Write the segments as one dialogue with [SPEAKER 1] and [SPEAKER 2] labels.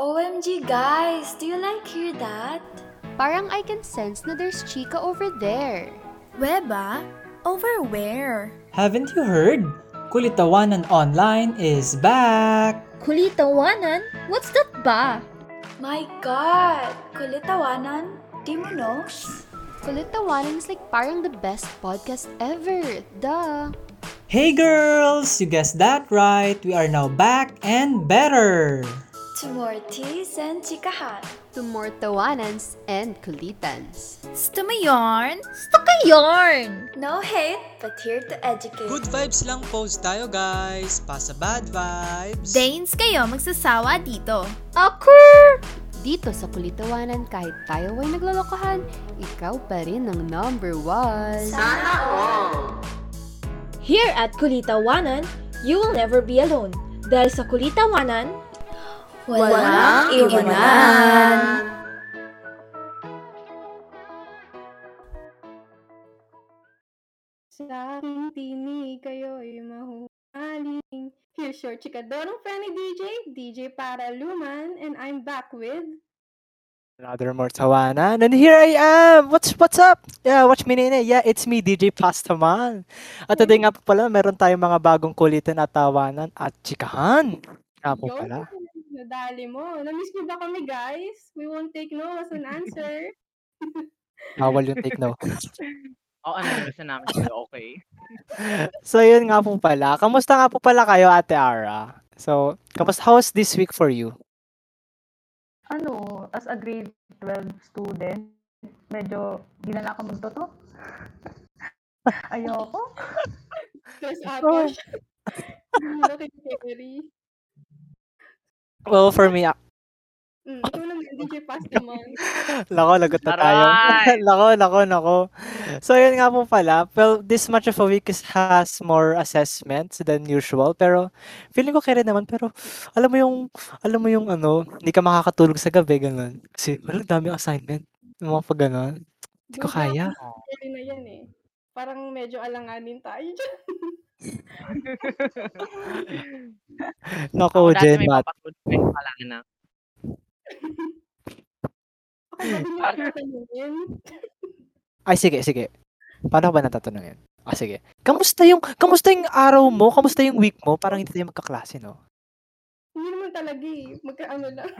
[SPEAKER 1] OMG, guys! Do you like hear that?
[SPEAKER 2] Parang I can sense na there's Chica over there.
[SPEAKER 3] Weba? Over where?
[SPEAKER 4] Haven't you heard? Kulitawanan Online is back!
[SPEAKER 3] Kulitawanan? What's that ba?
[SPEAKER 1] My God! Kulitawanan? Di mo know?
[SPEAKER 2] Kulitawanan is like parang the best podcast ever. Duh.
[SPEAKER 4] Hey girls! You guessed that right! We are now back and better!
[SPEAKER 1] To more teas and chikahan.
[SPEAKER 2] To more Tawanans and Kulitans.
[SPEAKER 3] Stuma yarn? Stuka yarn!
[SPEAKER 1] No hate, but here to educate.
[SPEAKER 4] Good vibes lang post tayo guys! Pasa bad vibes!
[SPEAKER 3] Danes kayo magsasawa dito.
[SPEAKER 2] Dito sa Kulitawanan, kahit tayo ay naglolokohan, ikaw pa rin ang number one.
[SPEAKER 5] Here at Kulitawanan, you will never be alone. Dahil sa Kulitawanan,
[SPEAKER 1] Walang
[SPEAKER 3] iwanan.
[SPEAKER 6] Sa aking tinig kayo'y mahumaling. Here's your chikadorong friendly DJ, DJ Para Luman, and I'm back with...
[SPEAKER 4] Another more Tawanan and here I am! What's what's up? Yeah, watch me nene. Yeah, it's me DJ Pastaman. At today nga po pala, meron tayong mga bagong kulitan at tawanan at chikahan. Nga po
[SPEAKER 6] Yo,
[SPEAKER 4] pala.
[SPEAKER 6] Nadali mo. Namiss niyo ba kami, guys? We won't take no as an answer.
[SPEAKER 4] Bawal yung take no.
[SPEAKER 7] Oo, ano yung gusto namin sa'yo, okay?
[SPEAKER 4] So, yun nga po pala. Kamusta nga po pala kayo, Ate Ara? So, kamusta? How's this week for you?
[SPEAKER 8] ano, as a grade 12 student, medyo di na lang ako magtoto. Ayoko.
[SPEAKER 6] Tapos ako siya. Mula kay Terry.
[SPEAKER 4] Well, for me, ah,
[SPEAKER 6] Mm, ikaw naman, DJ Pastaman.
[SPEAKER 4] lako, lagot na tayo.
[SPEAKER 7] Aray!
[SPEAKER 4] lako, lako, lako. So, yun nga po pala. Well, this much of a week is, has more assessments than usual. Pero, feeling ko kaya rin naman. Pero, alam mo yung, alam mo yung ano, hindi ka makakatulog sa gabi, ganun. Kasi, wala dami assignment. Yung mga pag ganun. Hindi ko
[SPEAKER 6] Doon na
[SPEAKER 4] kaya.
[SPEAKER 6] ako sa Terry na yan eh. Parang medyo alanganin tayo dyan.
[SPEAKER 4] Nako,
[SPEAKER 7] Dati
[SPEAKER 4] Jen,
[SPEAKER 7] may
[SPEAKER 4] Matt.
[SPEAKER 7] papasod ko yung pala na.
[SPEAKER 4] Hmm.
[SPEAKER 6] Ako ba din yung tatanungin?
[SPEAKER 4] Ay, sige, sige. Paano ko ba natatanong yun? Ah, sige. Kamusta yung, kamusta yung araw mo? Kamusta yung week mo? Parang hindi tayo magkaklase, no?
[SPEAKER 6] Hindi naman talaga eh. Magkaano lang.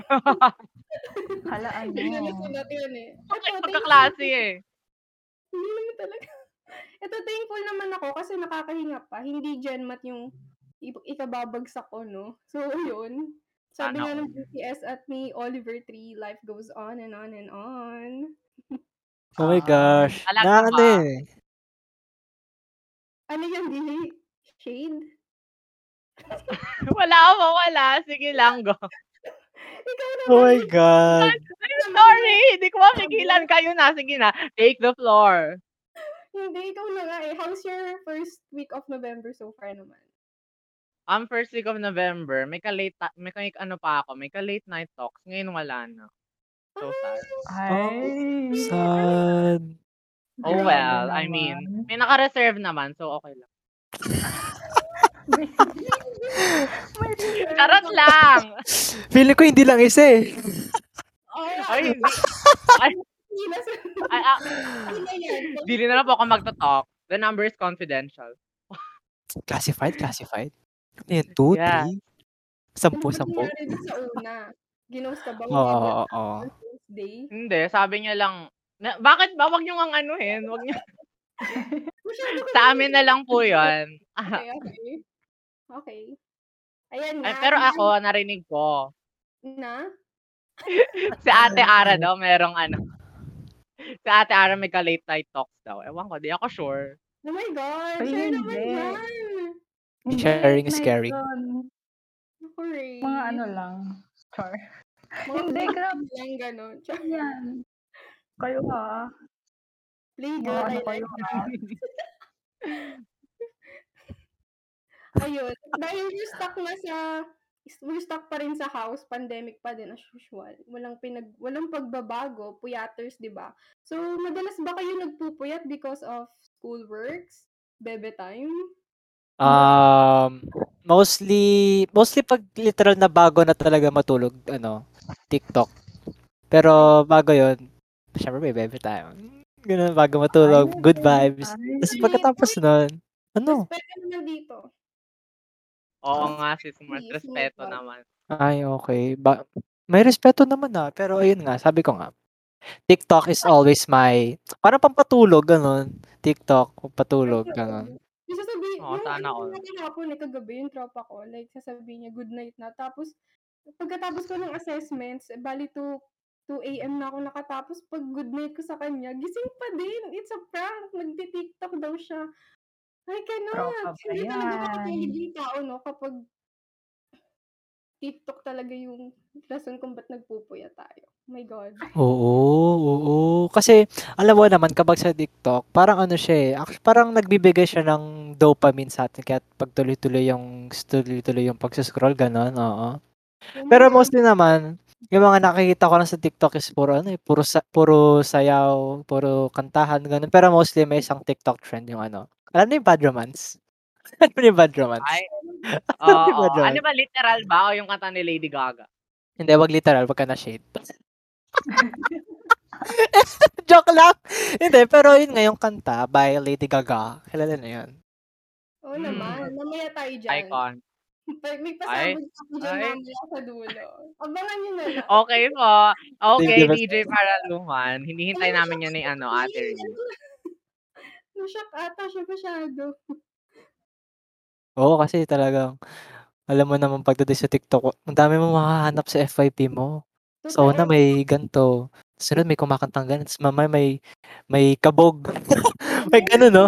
[SPEAKER 8] Halaan
[SPEAKER 6] Hindi naman
[SPEAKER 8] mo.
[SPEAKER 6] natin yan eh.
[SPEAKER 7] Okay,
[SPEAKER 6] Ito,
[SPEAKER 7] magkaklase
[SPEAKER 6] thankful-
[SPEAKER 7] eh.
[SPEAKER 6] Hindi naman talaga. Ito, thankful naman ako kasi nakakahinga pa. Hindi genmat yung i- ikababagsak ko, no? So, yun. Sabi
[SPEAKER 7] Sana
[SPEAKER 6] nga
[SPEAKER 7] all.
[SPEAKER 6] ng BTS at ni Oliver 3, life goes on and on and on.
[SPEAKER 4] Oh my
[SPEAKER 8] Ah,
[SPEAKER 4] gosh.
[SPEAKER 7] alam
[SPEAKER 4] na
[SPEAKER 7] mo
[SPEAKER 4] ano
[SPEAKER 7] ba?
[SPEAKER 4] eh.
[SPEAKER 6] Ano yan, Billy? Shade?
[SPEAKER 7] Wala ako, wala. Sige lang, go.
[SPEAKER 6] Ikaw
[SPEAKER 4] Oh
[SPEAKER 6] naman.
[SPEAKER 4] my God.
[SPEAKER 7] I'm sorry, hindi ko mapigilan kayo na. Sige na, take the floor.
[SPEAKER 6] Hindi, ikaw na nga eh. How's your first week of November so far naman?
[SPEAKER 7] Ang first week of November, may ka-late, ta- may ka- ano pa ako, may ka-late night talks. Ngayon wala na. So sad.
[SPEAKER 8] Ay.
[SPEAKER 4] Sad.
[SPEAKER 7] Oh
[SPEAKER 8] Grabe
[SPEAKER 7] well, I
[SPEAKER 8] naman.
[SPEAKER 7] mean, may naka-reserve naman, so okay lang. Charot lang!
[SPEAKER 4] Feeling ko hindi lang isa eh.
[SPEAKER 7] Ay,
[SPEAKER 6] Ay,
[SPEAKER 7] hindi. Ay,
[SPEAKER 6] hindi na sa...
[SPEAKER 7] ay, ah,
[SPEAKER 6] Hindi na yan.
[SPEAKER 7] Dili na lang po ako magta-talk. The number is confidential.
[SPEAKER 4] Classified, classified. Ano yan? Two,
[SPEAKER 7] Yeah.
[SPEAKER 4] three?
[SPEAKER 6] Ano
[SPEAKER 4] Sampu,
[SPEAKER 6] ba
[SPEAKER 4] sampu.
[SPEAKER 6] nangyari dun sa una? Ginost ka ba?
[SPEAKER 4] Oo, oo, oo.
[SPEAKER 6] Day?
[SPEAKER 7] Hindi, sabi niya lang, na, bakit ba? Wag niyo ang anuhin. Wag niyo.
[SPEAKER 6] Masyado ka
[SPEAKER 7] Sa amin na lang po yun.
[SPEAKER 8] Ah.
[SPEAKER 7] Ah,
[SPEAKER 6] Okay, okay. eh. Okay. Ayan na.
[SPEAKER 7] Ay, eh, pero ako, narinig ko.
[SPEAKER 6] Na?
[SPEAKER 7] Si Ate Ara daw, merong ano. Si Ate Ara may ka-late night talks daw. Ewan ko, di ako sure.
[SPEAKER 6] Oh my God!
[SPEAKER 8] Ay,
[SPEAKER 6] Share naman
[SPEAKER 8] hindi.
[SPEAKER 6] yan!
[SPEAKER 8] Hindi,
[SPEAKER 4] Sharing is
[SPEAKER 8] my
[SPEAKER 4] caring.
[SPEAKER 8] God.
[SPEAKER 6] Ako rin.
[SPEAKER 8] Mga ano lang. Char.
[SPEAKER 6] Mga
[SPEAKER 8] Hindi,
[SPEAKER 6] play
[SPEAKER 8] grabe
[SPEAKER 6] lang gano'n. Tsaka
[SPEAKER 8] yan. Kayo ha.
[SPEAKER 6] Play
[SPEAKER 8] Mga
[SPEAKER 6] girl, I
[SPEAKER 8] ano
[SPEAKER 6] like.
[SPEAKER 8] kayo ha.
[SPEAKER 6] Ayun.
[SPEAKER 8] Ah.
[SPEAKER 6] Dahil we're stuck na sa we're stuck pa rin sa house, pandemic pa din as usual. Walang pinag walang pagbabago, puyaters, 'di ba? So, madalas ba kayo nagpupuyat because of school works, bebe time?
[SPEAKER 4] Um, mostly, mostly pag literal na bago na talaga matulog, ano, TikTok. Pero bago yun, syempre may bebe tayo. Ganun, bago matulog, good vibes. Tapos pagkatapos nun, ano?
[SPEAKER 6] Pwede naman dito.
[SPEAKER 7] Oo nga sis, mas
[SPEAKER 6] Yes,
[SPEAKER 7] respeto
[SPEAKER 6] yes.
[SPEAKER 7] naman.
[SPEAKER 4] Ay, okay. Ba- may respeto naman ah. Pero ayun nga, sabi ko nga, TikTok is always my, parang pampatulog, ganun. TikTok, pampatulog, ganun.
[SPEAKER 6] Yung sasabihin,
[SPEAKER 7] Oo,
[SPEAKER 6] yung
[SPEAKER 7] sana all.
[SPEAKER 6] ano natin hapon, eh, kagabi yung tropa ko, like, sasabihin niya, good night na. Tapos, pagkatapos ko ng assessments, eh, bali to 2 a.m. na ako nakatapos. Pag good night ko sa kanya, gising pa din. It's a prank. Magti-tiktok daw siya. I
[SPEAKER 8] Tropa
[SPEAKER 6] cannot.
[SPEAKER 8] pa
[SPEAKER 6] Hindi talaga
[SPEAKER 8] yan.
[SPEAKER 6] makatulog yung tao, no? Kapag TikTok talaga yung rason kung ba't nagpupuya tayo. My God.
[SPEAKER 4] Oo, oo. Kasi, alam mo naman, kapag sa TikTok, parang ano siya eh, act- parang nagbibigay siya ng dopamine sa atin. Kaya pag tuloy-tuloy yung, tuloy-tuloy yung pagsuscroll, ganun, oo.
[SPEAKER 6] Oh my
[SPEAKER 4] Pero
[SPEAKER 6] God.
[SPEAKER 4] mostly naman, yung mga nakikita ko lang sa TikTok is puro ano eh, puro, sa, puro sayaw, puro kantahan, ganun. Pero mostly may isang TikTok trend yung ano. Alam niyo yung bad romance? Alam niyo yung bad romance?
[SPEAKER 7] Ay,
[SPEAKER 4] Ano
[SPEAKER 7] oo.
[SPEAKER 4] ba dyan?
[SPEAKER 7] ano ba, literal ba o yung kanta ni Lady Gaga?
[SPEAKER 4] Hindi, wag literal, wag ka na shade. Joke lang! Hindi, pero yun nga yung kanta by Lady Gaga. Kilala na yun.
[SPEAKER 6] Oo
[SPEAKER 7] Mm.
[SPEAKER 6] naman. Namaya tayo dyan.
[SPEAKER 7] Icon.
[SPEAKER 6] Pa- May pasabog ako dyan
[SPEAKER 7] Ay.
[SPEAKER 6] mamaya sa dulo. Abangan nyo na lang.
[SPEAKER 7] Okay po. Okay,
[SPEAKER 4] Thank you,
[SPEAKER 7] DJ Paraluman. Hindi hintay namin yan ni ano, Ate Rhea.
[SPEAKER 6] Na-shock ata siya masyado.
[SPEAKER 4] Oo, kasi talagang, alam mo naman pagdating sa TikTok, ang dami mong makahanap sa FYP mo. So, una may ganto. Sunod may kumakantang ganun. Tapos mamaya may, may kabog. may ganun, no?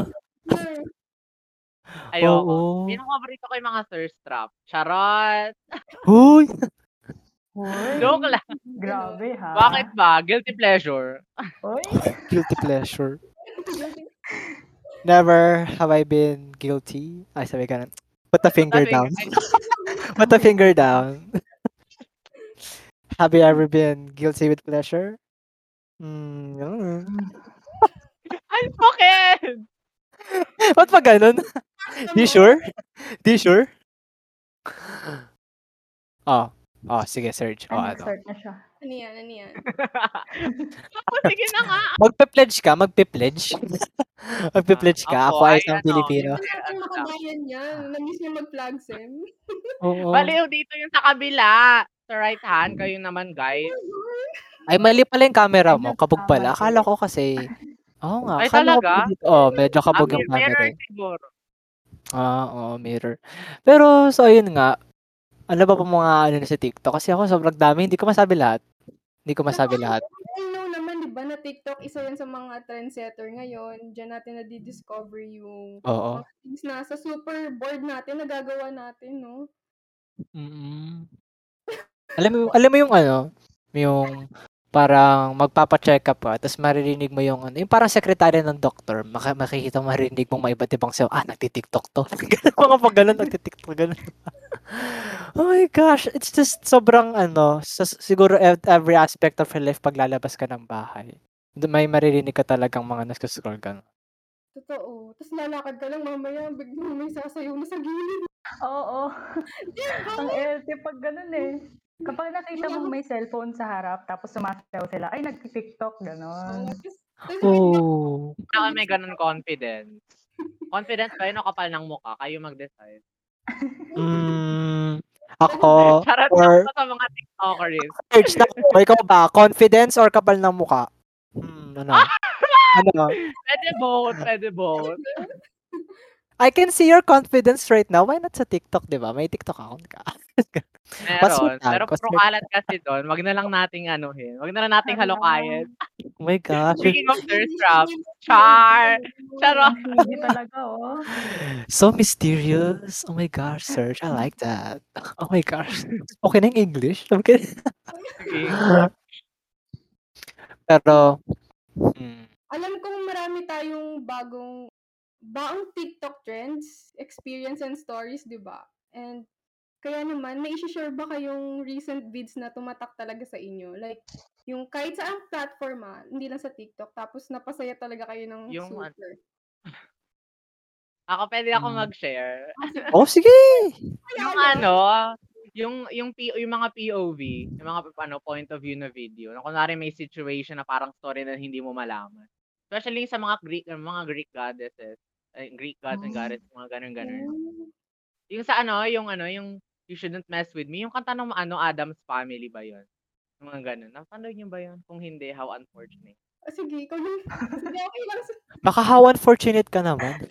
[SPEAKER 7] Ayoko.
[SPEAKER 4] Oo.
[SPEAKER 7] Pinapaborito ko yung mga thirst trap. Charot!
[SPEAKER 4] Huy!
[SPEAKER 8] Hoy,
[SPEAKER 7] Joke lang.
[SPEAKER 8] Grabe ha.
[SPEAKER 7] Bakit ba? Guilty pleasure.
[SPEAKER 8] Hoy,
[SPEAKER 4] Guilty pleasure. Never have I been guilty. Ay, sabi ganun. Put a finger
[SPEAKER 7] Sabi-
[SPEAKER 4] down.
[SPEAKER 7] Ay,
[SPEAKER 4] Put a finger down. have you ever been guilty with pleasure? Mm, oo.
[SPEAKER 7] Ay, bakit?
[SPEAKER 4] Ba't pa ganun? Di sure? Di sure? Oh. Oh, sige, Serge. Oh, ano.
[SPEAKER 8] start na siya.
[SPEAKER 6] Ano yan, ano yan?
[SPEAKER 7] Ako, sige na nga.
[SPEAKER 4] Magpe-pledge ka, magpe-pledge. magpe-pledge ka. Ako ay isang
[SPEAKER 7] ano,
[SPEAKER 4] Pilipino.
[SPEAKER 6] Ano natin makabayan yan?
[SPEAKER 7] Ah.
[SPEAKER 6] Namiss niya mag-flag sim.
[SPEAKER 4] Oo.
[SPEAKER 7] Baliw dito yung sa kabila. Sa right
[SPEAKER 4] Hmm.
[SPEAKER 7] hand, kayo naman, guys.
[SPEAKER 4] Ay, mali pala yung camera
[SPEAKER 8] Ay,
[SPEAKER 4] mo. Kabog
[SPEAKER 8] nagtama
[SPEAKER 4] pala.
[SPEAKER 8] siya.
[SPEAKER 4] Akala ko kasi... Oo nga.
[SPEAKER 7] Ay,
[SPEAKER 4] akala ko
[SPEAKER 7] talaga?
[SPEAKER 4] pala dito- Oo, medyo kabog
[SPEAKER 7] Ah,
[SPEAKER 4] yung
[SPEAKER 7] mirror
[SPEAKER 4] camera. eh.
[SPEAKER 7] siguro.
[SPEAKER 4] Ah, oo, mirror. Pero, so, ayun nga. Ano ba pa mga ano na sa TikTok? Kasi ako sobrang dami. Hindi ko masabi lahat. Hindi ko masabi lahat.
[SPEAKER 6] I know naman, di ba, na TikTok, isa yan sa mga trendsetter ngayon. Diyan natin nadidiscover yung
[SPEAKER 4] Oo.
[SPEAKER 6] mga things na sa super board natin, nagagawa natin, no?
[SPEAKER 4] mm alam mo, alam mo yung ano, yung parang magpapa-check up ka, tapos maririnig mo yung ano, yung parang sekretarya ng doktor, maka, makikita mo, maririnig mong may iba't ibang sayo, ah, nagtitiktok to. Ganun, mga pag ganun, nagtitiktok, ganun. oh my gosh, it's just sobrang ano, sa, siguro ev- every aspect of your life paglalabas ka ng bahay. May maririnig ka talagang mga nasa-scroll ganun.
[SPEAKER 6] Totoo. Tapos lalakad ka lang mamaya, biglang may sasayaw na sa gilid.
[SPEAKER 8] Oo. Ang LT pag ganun eh. Kapag nakita mo may cellphone sa harap, tapos sumasayaw sila, ay, nag-tiktok,
[SPEAKER 7] Ah.
[SPEAKER 8] ganun.
[SPEAKER 6] Tapos, tapos
[SPEAKER 4] Oh.
[SPEAKER 7] Saka may ganun confidence. Confidence kayo nakapal ng mukha. Kayo mag-decide.
[SPEAKER 4] Mm, ako,
[SPEAKER 7] Charot
[SPEAKER 4] or,
[SPEAKER 7] lang sa mga TikTokers.
[SPEAKER 4] Serge, na, o ikaw ba? Confidence or kapal ng muka? Hmm, ano? ano?
[SPEAKER 7] Pwede both, pwede both.
[SPEAKER 4] I can see your confidence right now. Why not sa TikTok, di ba? May TikTok account ka. What's your
[SPEAKER 7] Meron.
[SPEAKER 4] tag?
[SPEAKER 7] Pero
[SPEAKER 4] What's
[SPEAKER 7] puro
[SPEAKER 4] your-
[SPEAKER 7] kalat kasi doon. Wag na lang nating anuhin. Wag na lang nating halukayin.
[SPEAKER 4] Oh my gosh.
[SPEAKER 7] Speaking of thirst trap. Char! Charot!
[SPEAKER 8] Hindi talaga, oh.
[SPEAKER 4] So mysterious. Oh my gosh, Serge. I like that. Oh my gosh. Okay na yung English? Okay.
[SPEAKER 7] Sige.
[SPEAKER 4] Pero, hmm,
[SPEAKER 6] alam kong marami tayong bagong baong TikTok trends, experience and stories, 'di ba? And kaya naman, may share ba kayong recent vids na tumatak talaga sa inyo? Like, yung kahit sa platform ah, hindi lang sa TikTok, tapos napasaya talaga kayo ng
[SPEAKER 7] Yung
[SPEAKER 6] super.
[SPEAKER 7] Ako pwede ako
[SPEAKER 4] Mm.
[SPEAKER 7] mag-share.
[SPEAKER 4] Oh, sige!
[SPEAKER 7] Yung ano, yung yung P- yung mga POV, yung mga ano point of view na video. Na kunwari may situation na parang story na hindi mo malaman. Especially sa mga Greek mga Greek goddesses, eh, Greek gods and goddesses, mga ganun ganun. Yung sa ano, yung ano, yung You Shouldn't Mess With Me, yung kanta ng ano, Adam's Family ba yun? Yung mga ganun. Napanood niyo ba yun? Kung hindi, how unfortunate.
[SPEAKER 6] Ah, Sige, ikaw yung... Sige, okay lang.
[SPEAKER 4] Baka how unfortunate ka naman.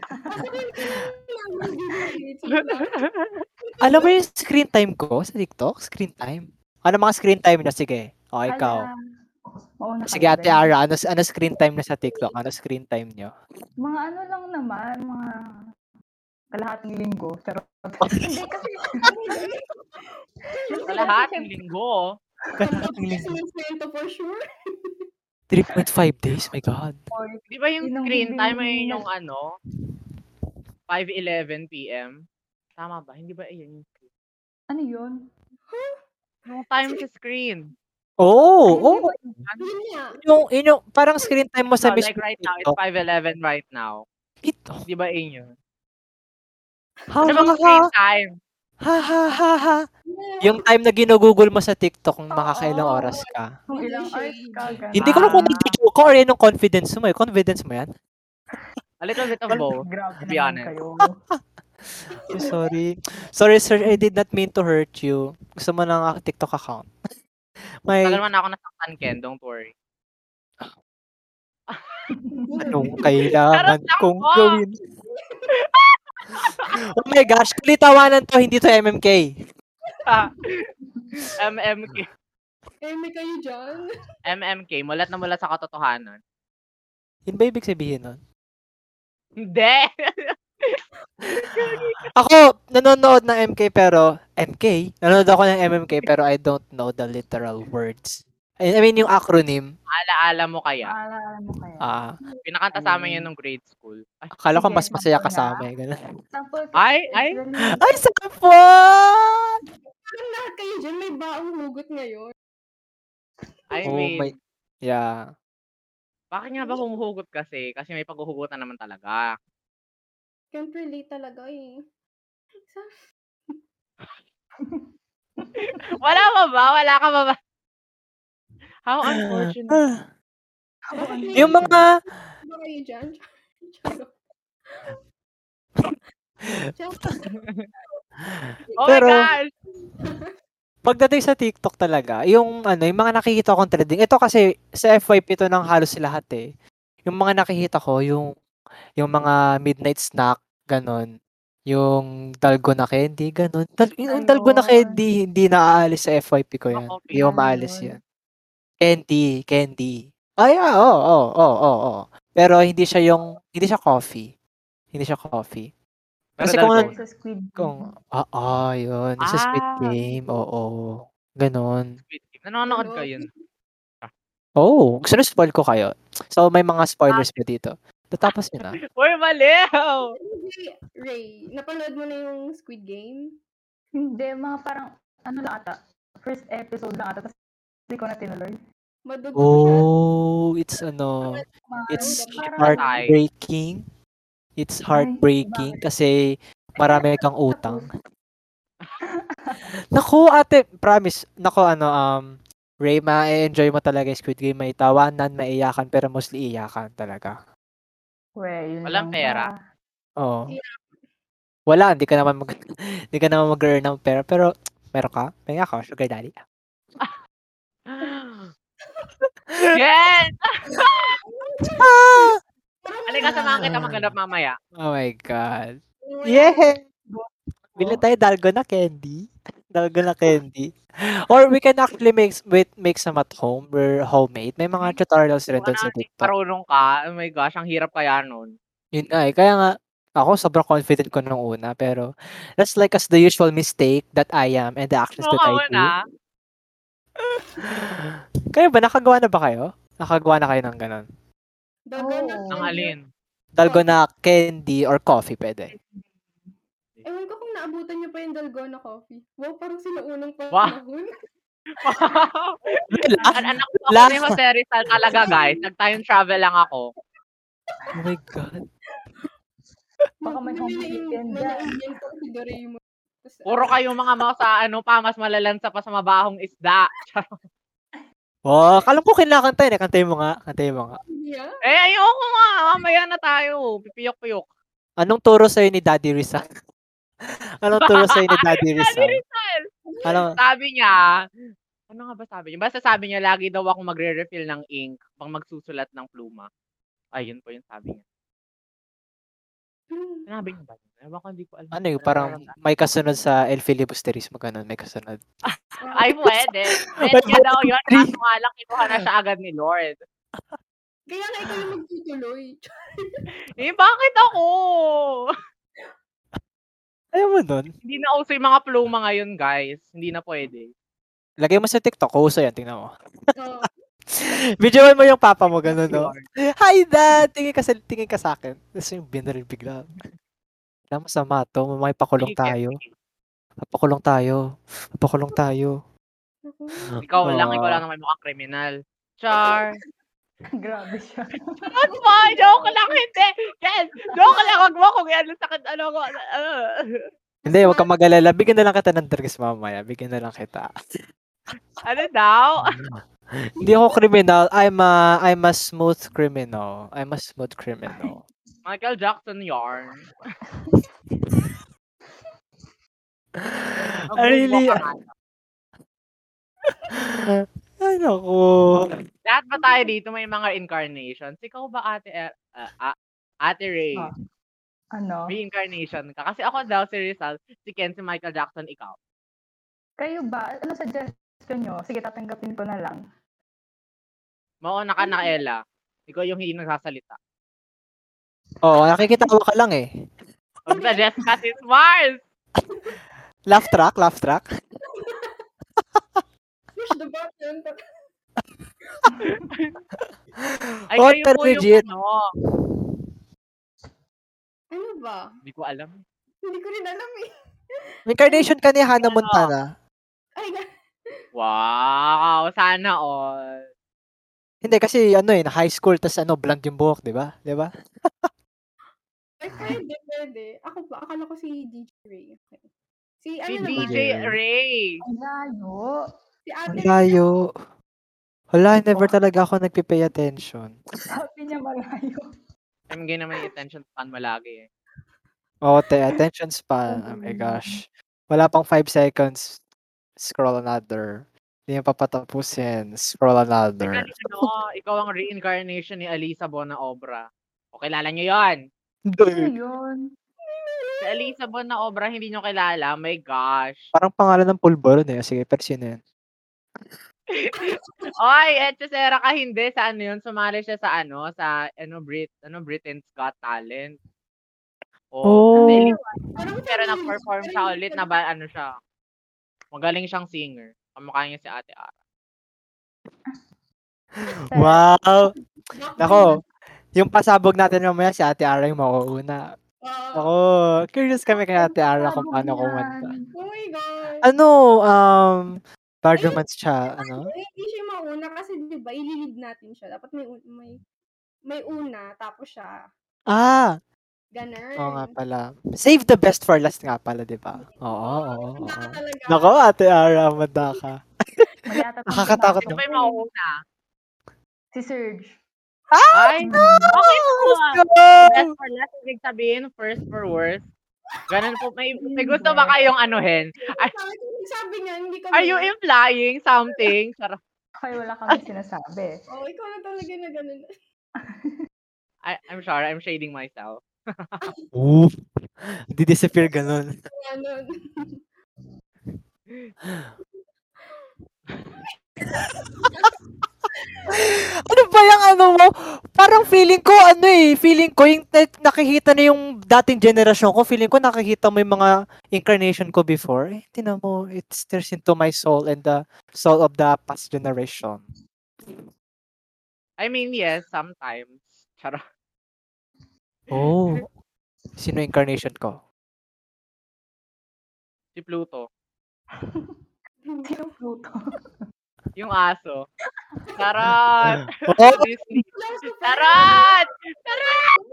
[SPEAKER 4] Alam mo yung screen time ko sa TikTok? Screen time? Ano mga screen time na? Sige. O, ikaw.
[SPEAKER 8] Ala. Oo,
[SPEAKER 4] Sige, Ate
[SPEAKER 8] nakalagay.
[SPEAKER 4] Ara, ano, ano screen time na sa TikTok? Ano screen time nyo?
[SPEAKER 8] Mga ano lang naman, mga kalahating linggo. Charot. Hindi kasi,
[SPEAKER 7] Sa lahat ng linggo,
[SPEAKER 6] Siniswelto for sure.
[SPEAKER 4] 3.5 days? My God.
[SPEAKER 7] di ba yung
[SPEAKER 8] Yun ang
[SPEAKER 7] screen
[SPEAKER 8] hindi
[SPEAKER 7] time ay
[SPEAKER 8] niya-
[SPEAKER 7] yung ano, 5.11 p.m. Tama ba? Hindi ba ayun yung screen?
[SPEAKER 8] ano yun?
[SPEAKER 7] Yung time sa screen.
[SPEAKER 4] Oh, oh.
[SPEAKER 6] Yun nga.
[SPEAKER 4] Yung, yun yung, parang screen time mo sa
[SPEAKER 7] No, Ah, like
[SPEAKER 4] mismong
[SPEAKER 7] right now, it's
[SPEAKER 4] TikTok.
[SPEAKER 7] 5.11 right now.
[SPEAKER 4] Ito.
[SPEAKER 7] Di ba inyo?
[SPEAKER 4] Ha,
[SPEAKER 7] Ano bang
[SPEAKER 4] ha, ha,
[SPEAKER 7] screen time?
[SPEAKER 4] ha, ha, ha, ha. Yung time na ginugugol mo sa TikTok kung makakailang
[SPEAKER 8] Oo.
[SPEAKER 4] oras ka.
[SPEAKER 8] Kung ilang
[SPEAKER 6] Shade.
[SPEAKER 8] hours ka, ganun.
[SPEAKER 4] Hindi ko lang kung
[SPEAKER 7] Ah.
[SPEAKER 4] nag-joke ko or yan yung confidence mo eh. Confidence mo yan?
[SPEAKER 7] A little bit of both.
[SPEAKER 8] Grabe
[SPEAKER 7] to be
[SPEAKER 8] naman
[SPEAKER 7] honest.
[SPEAKER 8] kayo.
[SPEAKER 4] So sorry. Sorry sir, I did not mean to hurt you. Gusto mo ng ak- TikTok account. May
[SPEAKER 7] Tagal man ako nasaktan, Ken. Don't worry.
[SPEAKER 4] anong kailangan
[SPEAKER 7] Charot lang
[SPEAKER 4] kong
[SPEAKER 7] po!
[SPEAKER 4] gawin. oh my gosh, kulitawanan to, hindi to MMK.
[SPEAKER 7] Ah, MMK.
[SPEAKER 6] Eh, may kayo dyan.
[SPEAKER 7] MMK. Mulat na mulat sa katotohanan.
[SPEAKER 4] Yun ba ibig sabihin nun?
[SPEAKER 7] Hindi!
[SPEAKER 4] Ako, nanonood ng MK pero, MK? Nanonood ako ng MMK pero I don't know the literal words. I I mean, yung acronym.
[SPEAKER 7] Alaala mo kaya.
[SPEAKER 8] Paalala mo kaya.
[SPEAKER 4] Ah,
[SPEAKER 7] Pinakanta sa amin yun nung grade school. Ay,
[SPEAKER 4] akala ko
[SPEAKER 8] Sige,
[SPEAKER 4] mas masaya
[SPEAKER 8] sample na.
[SPEAKER 4] kasama eh. Ganun.
[SPEAKER 8] Sample ka,
[SPEAKER 7] Ay, ay.
[SPEAKER 8] Israel.
[SPEAKER 4] Ay, sampon!
[SPEAKER 6] Parang lahat kayo dyan, may baong hugot ngayon.
[SPEAKER 7] I
[SPEAKER 4] Oh
[SPEAKER 7] mean,
[SPEAKER 4] my- Yeah.
[SPEAKER 7] bakit nga ba humuhugot kasi? Kasi may paghuhugutan naman talaga.
[SPEAKER 6] Can't relate talaga eh.
[SPEAKER 7] Wala ba ba? Wala ka ba ba? How unfortunate.
[SPEAKER 4] Ah, Yung mga,
[SPEAKER 6] Ba kayo dyan? Charot.
[SPEAKER 7] Oh
[SPEAKER 4] Pero-
[SPEAKER 7] my gosh!
[SPEAKER 4] pagdating sa TikTok talaga, yung ano, yung mga nakikita kong trending, ito kasi sa FYP ito ng halos lahat eh. Yung mga nakikita ko, yung yung mga midnight snack, ganon. Yung dalgona candy, ganon. Dal- yung
[SPEAKER 8] Ayun.
[SPEAKER 4] dalgona candy, hindi naaalis sa FYP ko yan.
[SPEAKER 7] Ako,
[SPEAKER 4] Hindi ko
[SPEAKER 8] Ano
[SPEAKER 4] maalis
[SPEAKER 8] yun?
[SPEAKER 4] yan. Candy, candy. Oh yeah, oo, oo, oo, oo, oo. Pero hindi siya yung, hindi siya coffee. Hindi siya coffee. Kasi kung ano-
[SPEAKER 8] Versus Squid Game.
[SPEAKER 4] Kung, ah, ah, yun. Sa Squid
[SPEAKER 7] Ah.
[SPEAKER 4] Game, oo. Ganon.
[SPEAKER 7] Nanonood ka yun.
[SPEAKER 4] Oh, gusto na spoil ko kayo. So, may mga spoilers pa dito. Tatapos nyo na.
[SPEAKER 7] Uy, maliw!
[SPEAKER 6] Hindi, Ray, napanood mo na yung Squid Game?
[SPEAKER 8] Hindi, mga parang, ano lang ata, first episode lang ata, tapos hindi ko na tinuloy.
[SPEAKER 6] Madugo siya.
[SPEAKER 4] Oh, it's ano,
[SPEAKER 8] Parang-
[SPEAKER 4] it's
[SPEAKER 8] parang-
[SPEAKER 4] heartbreaking. It's heartbreaking kasi marami kang utang. Naku, ate, promise. Naku, ano, um, Ray, ma-enjoy mo talaga yung Squid Game. May tawanan, maiyakan, pero mostly iyakan talaga.
[SPEAKER 8] We, yun
[SPEAKER 7] Walang
[SPEAKER 8] lang
[SPEAKER 7] pera.
[SPEAKER 8] ba?
[SPEAKER 4] Oo. Wala, hindi ka naman mag hindi ka naman mag-earn ng pera, pero meron ka. May ako, sugar daddy.
[SPEAKER 7] Yes!
[SPEAKER 4] Ah!
[SPEAKER 7] Halika, samahan kita maghanap mamaya.
[SPEAKER 4] Oh my God.
[SPEAKER 6] Yung-
[SPEAKER 4] Yeah! Bili tayo dalgona candy. Dalgona candy. Or we can actually make wait, make some at home. We're homemade. May mga tutorials rin doon sa
[SPEAKER 7] Wala,
[SPEAKER 4] TikTok.
[SPEAKER 7] Marunong ka. Oh my gosh, ang hirap kaya nun.
[SPEAKER 4] Yun nga eh. Kaya nga, ako sobrang confident ko nung una. Pero that's like as the usual mistake that I am and the actions
[SPEAKER 7] Ano
[SPEAKER 4] that
[SPEAKER 7] ka
[SPEAKER 4] I
[SPEAKER 7] mo
[SPEAKER 4] do.
[SPEAKER 7] na?
[SPEAKER 4] Kayo ba? Nakagawa na ba kayo? Nakagawa na kayo ng ganun?
[SPEAKER 6] Dalgona
[SPEAKER 8] Oh.
[SPEAKER 6] candy.
[SPEAKER 7] Ang alin.
[SPEAKER 4] Dalgona candy or coffee pwede.
[SPEAKER 6] Ewan ko kung naabutan niyo pa yung Dalgona coffee. Wow, parang sila unang
[SPEAKER 7] Wow.
[SPEAKER 6] panahon.
[SPEAKER 7] An anak ko ako ni Jose Rizal talaga, guys. Nag-time travel lang ako.
[SPEAKER 4] Oh my God.
[SPEAKER 8] Baka may home
[SPEAKER 6] na-invento
[SPEAKER 8] kitchen
[SPEAKER 6] may
[SPEAKER 8] dyan.
[SPEAKER 6] na-invento si Doraemon. Tas,
[SPEAKER 7] Puro kayong mga mga sa ano pa, mas malalansa pa sa mabahong isda.
[SPEAKER 4] Oh, kalam ko kinakanta yun. eh. Kantahin mo nga. Kantahin mo nga.
[SPEAKER 6] Yeah.
[SPEAKER 7] Eh, ayoko nga. Mamaya na tayo. Pipiyok-piyok.
[SPEAKER 4] Anong turo sa'yo ni Daddy Rizal? Anong turo sa'yo ni Daddy
[SPEAKER 7] Daddy
[SPEAKER 4] Rizal? Ano,
[SPEAKER 7] Rizal.
[SPEAKER 4] Anong,
[SPEAKER 7] Sabi niya, ano nga ba sabi niya? Basta sabi niya, lagi daw ako magre-refill ng ink pang magsusulat ng pluma. Ayun po yung sabi niya. Sinabi niya ba? yun? Ewan ko, hindi ko alam.
[SPEAKER 4] ano yun? Parang may kasunod sa El Filibusterismo. Ganun, may kasunod.
[SPEAKER 7] Ay, pwede. Pwede niya daw yun. Kaso nga lang, kinuha na siya agad ni Lord.
[SPEAKER 6] Kaya nga ikaw yung magtutuloy.
[SPEAKER 7] Eh, bakit ako?
[SPEAKER 4] Ayaw mo nun?
[SPEAKER 7] hindi na uso yung mga pluma ngayon, guys. Hindi na pwede.
[SPEAKER 4] Lagay mo sa TikTok. Kuso yan. Tingnan mo.
[SPEAKER 6] Oo.
[SPEAKER 4] Videoan mo yung papa mo. Ganun, no? Hi, Dad! Tingin ka sa, tingin ka sa akin. Tapos yung binaril bigla. Alam mo, sama to. May pakulong tayo. Papakulong tayo. Papakulong tayo.
[SPEAKER 7] Ikaw lang,
[SPEAKER 4] Ah.
[SPEAKER 7] ikaw lang naman mukhang kriminal. Char.
[SPEAKER 8] Ah, Grabe siya.
[SPEAKER 7] Ano ba? Joke lang, hindi. Yes, joke lang. Huwag mo kung ano sakit, ano ko. Ano.
[SPEAKER 4] Hindi, huwag kang mag-alala. Bigyan na lang kita ng drugs mamaya. Bigyan na lang kita.
[SPEAKER 7] ano daw?
[SPEAKER 4] Hindi ako criminal. I'm a, I'm a smooth criminal. I'm a smooth criminal.
[SPEAKER 7] Michael Jackson yarn. Ang
[SPEAKER 4] I really,
[SPEAKER 7] bubo ka nga.
[SPEAKER 4] ay naku.
[SPEAKER 7] Lahat ba tayo dito may mga incarnations? Ikaw ba ate, Er- ah, ah, ate Ray?
[SPEAKER 8] Ah. Ano?
[SPEAKER 7] May incarnation ka. Kasi ako daw si Rizal, si Ken, si Michael Jackson, ikaw.
[SPEAKER 8] Kayo ba? Ano suggestion nyo? Sige, tatanggapin ko na lang.
[SPEAKER 7] Mauna ka
[SPEAKER 4] Mm.
[SPEAKER 7] na, Ella. Ikaw yung hindi nagsasalita.
[SPEAKER 4] Oo, nakikita ko ka lang eh.
[SPEAKER 7] Mag-suggest ka si Mars!
[SPEAKER 4] Laugh track, laugh track.
[SPEAKER 6] Push the button.
[SPEAKER 7] Ay,
[SPEAKER 4] Oh,
[SPEAKER 7] kayo po
[SPEAKER 4] legit.
[SPEAKER 7] yung ano.
[SPEAKER 6] Ano ba?
[SPEAKER 7] Hindi ko alam.
[SPEAKER 6] Hindi ko rin alam eh.
[SPEAKER 4] Incarnation ka ni Hannah
[SPEAKER 7] Ano?
[SPEAKER 4] Montana.
[SPEAKER 6] Ay, ga-
[SPEAKER 7] Wow! Sana all.
[SPEAKER 4] Hindi, kasi ano eh, high school, tas ano, blonde yung buhok, di ba? Di ba?
[SPEAKER 6] ay, pwede, pwede. Ako ba? Akala ko si DJ Ray. Okay. Si ano
[SPEAKER 7] Si
[SPEAKER 6] naman?
[SPEAKER 7] DJ Ray.
[SPEAKER 8] Ang layo.
[SPEAKER 6] Si Ate
[SPEAKER 4] Ang layo. Wala, never talaga ako nagpipay attention.
[SPEAKER 8] Sabi niya malayo.
[SPEAKER 7] Namigay naman yung attention span mo lagi eh.
[SPEAKER 4] Oo, Oh, te, attention span. Oh my gosh. Wala pang 5 seconds. Scroll another. Hindi yung papatapusin. Scroll
[SPEAKER 7] Teka,
[SPEAKER 4] another.
[SPEAKER 7] ano, ikaw ang reincarnation ni Alisa Bonaobra. O kilala nyo yon.
[SPEAKER 8] Ano
[SPEAKER 4] Dude,
[SPEAKER 8] yun?
[SPEAKER 7] Si Alisa Bonaobra, hindi nyo kilala. Oh My gosh.
[SPEAKER 4] parang pangalan ng pulbo rin eh. Sige, pero sino yun?
[SPEAKER 7] Oy, etcetera ka hindi. Sa ano yun? Sumali siya sa ano? Sa ano, Brit, ano Britain's Got Talent.
[SPEAKER 4] Oh.
[SPEAKER 7] si Alisa-
[SPEAKER 6] Parang
[SPEAKER 7] Pero
[SPEAKER 6] sabi niya,
[SPEAKER 7] nag-perform
[SPEAKER 6] parang
[SPEAKER 7] siya
[SPEAKER 6] hindi
[SPEAKER 7] ulit
[SPEAKER 6] ko
[SPEAKER 7] na ba ano siya. Magaling siyang singer. Kamukha niya si Ate Ara.
[SPEAKER 4] Wow!
[SPEAKER 6] alam.
[SPEAKER 4] Nako, yung pasabog natin mamaya si Ate Ara yung mauuna.
[SPEAKER 6] Oo.
[SPEAKER 4] Ako, curious kami kay Ate Ara kung
[SPEAKER 8] Sabog
[SPEAKER 4] paano
[SPEAKER 8] yan.
[SPEAKER 4] kumanta.
[SPEAKER 6] Oh my God.
[SPEAKER 4] Ano, um, Bardomans siya, ano?
[SPEAKER 6] Eh, hindi siya mauna kasi di ba, ililid natin siya. Dapat may, un- may, may una, tapos siya.
[SPEAKER 4] Ah,
[SPEAKER 6] Ganun.
[SPEAKER 4] oo nga pala. Save the best for last nga pala, di ba? Oo, oo, oo.
[SPEAKER 6] Tanda ka talaga.
[SPEAKER 4] Nako, Ate Ara, manda ka.
[SPEAKER 8] Magtatanggap
[SPEAKER 4] Nakakatakot
[SPEAKER 8] na
[SPEAKER 7] Sino
[SPEAKER 8] ako.
[SPEAKER 7] Ano ba yung mauuna?
[SPEAKER 8] Si Serge.
[SPEAKER 6] Ah!
[SPEAKER 7] Ay! Okay
[SPEAKER 4] Oh,
[SPEAKER 7] po! Best for last, ibig sabihin, first for worst. Ganun po. May, may gusto ba kayong anuhin?
[SPEAKER 6] Bakit yung sabi niya, hindi ka
[SPEAKER 7] Are you
[SPEAKER 6] mauna?
[SPEAKER 7] implying something? Charot.
[SPEAKER 8] Okay, wala kami sinasabi.
[SPEAKER 6] Oo, ikaw na talaga na ganun.
[SPEAKER 7] I, I'm sorry, I'm shading myself.
[SPEAKER 4] Ooh. Di disappear ganun.
[SPEAKER 6] Ganun.
[SPEAKER 4] Ano ba yung ano mo? Parang feeling ko, ano eh, feeling ko, yung na- nakikita na yung dating generation ko, feeling ko nakikita mo yung mga incarnation ko before. Eh, tinan mo, it stares into my soul and the soul of the past generation.
[SPEAKER 7] I mean, yes, sometimes. Charot.
[SPEAKER 4] Oh. Sino yung incarnation ko?
[SPEAKER 7] Si Pluto.
[SPEAKER 8] Sino Pluto?
[SPEAKER 7] Yung aso. Charot!
[SPEAKER 4] Oh,
[SPEAKER 7] Disney. Charot! Charot!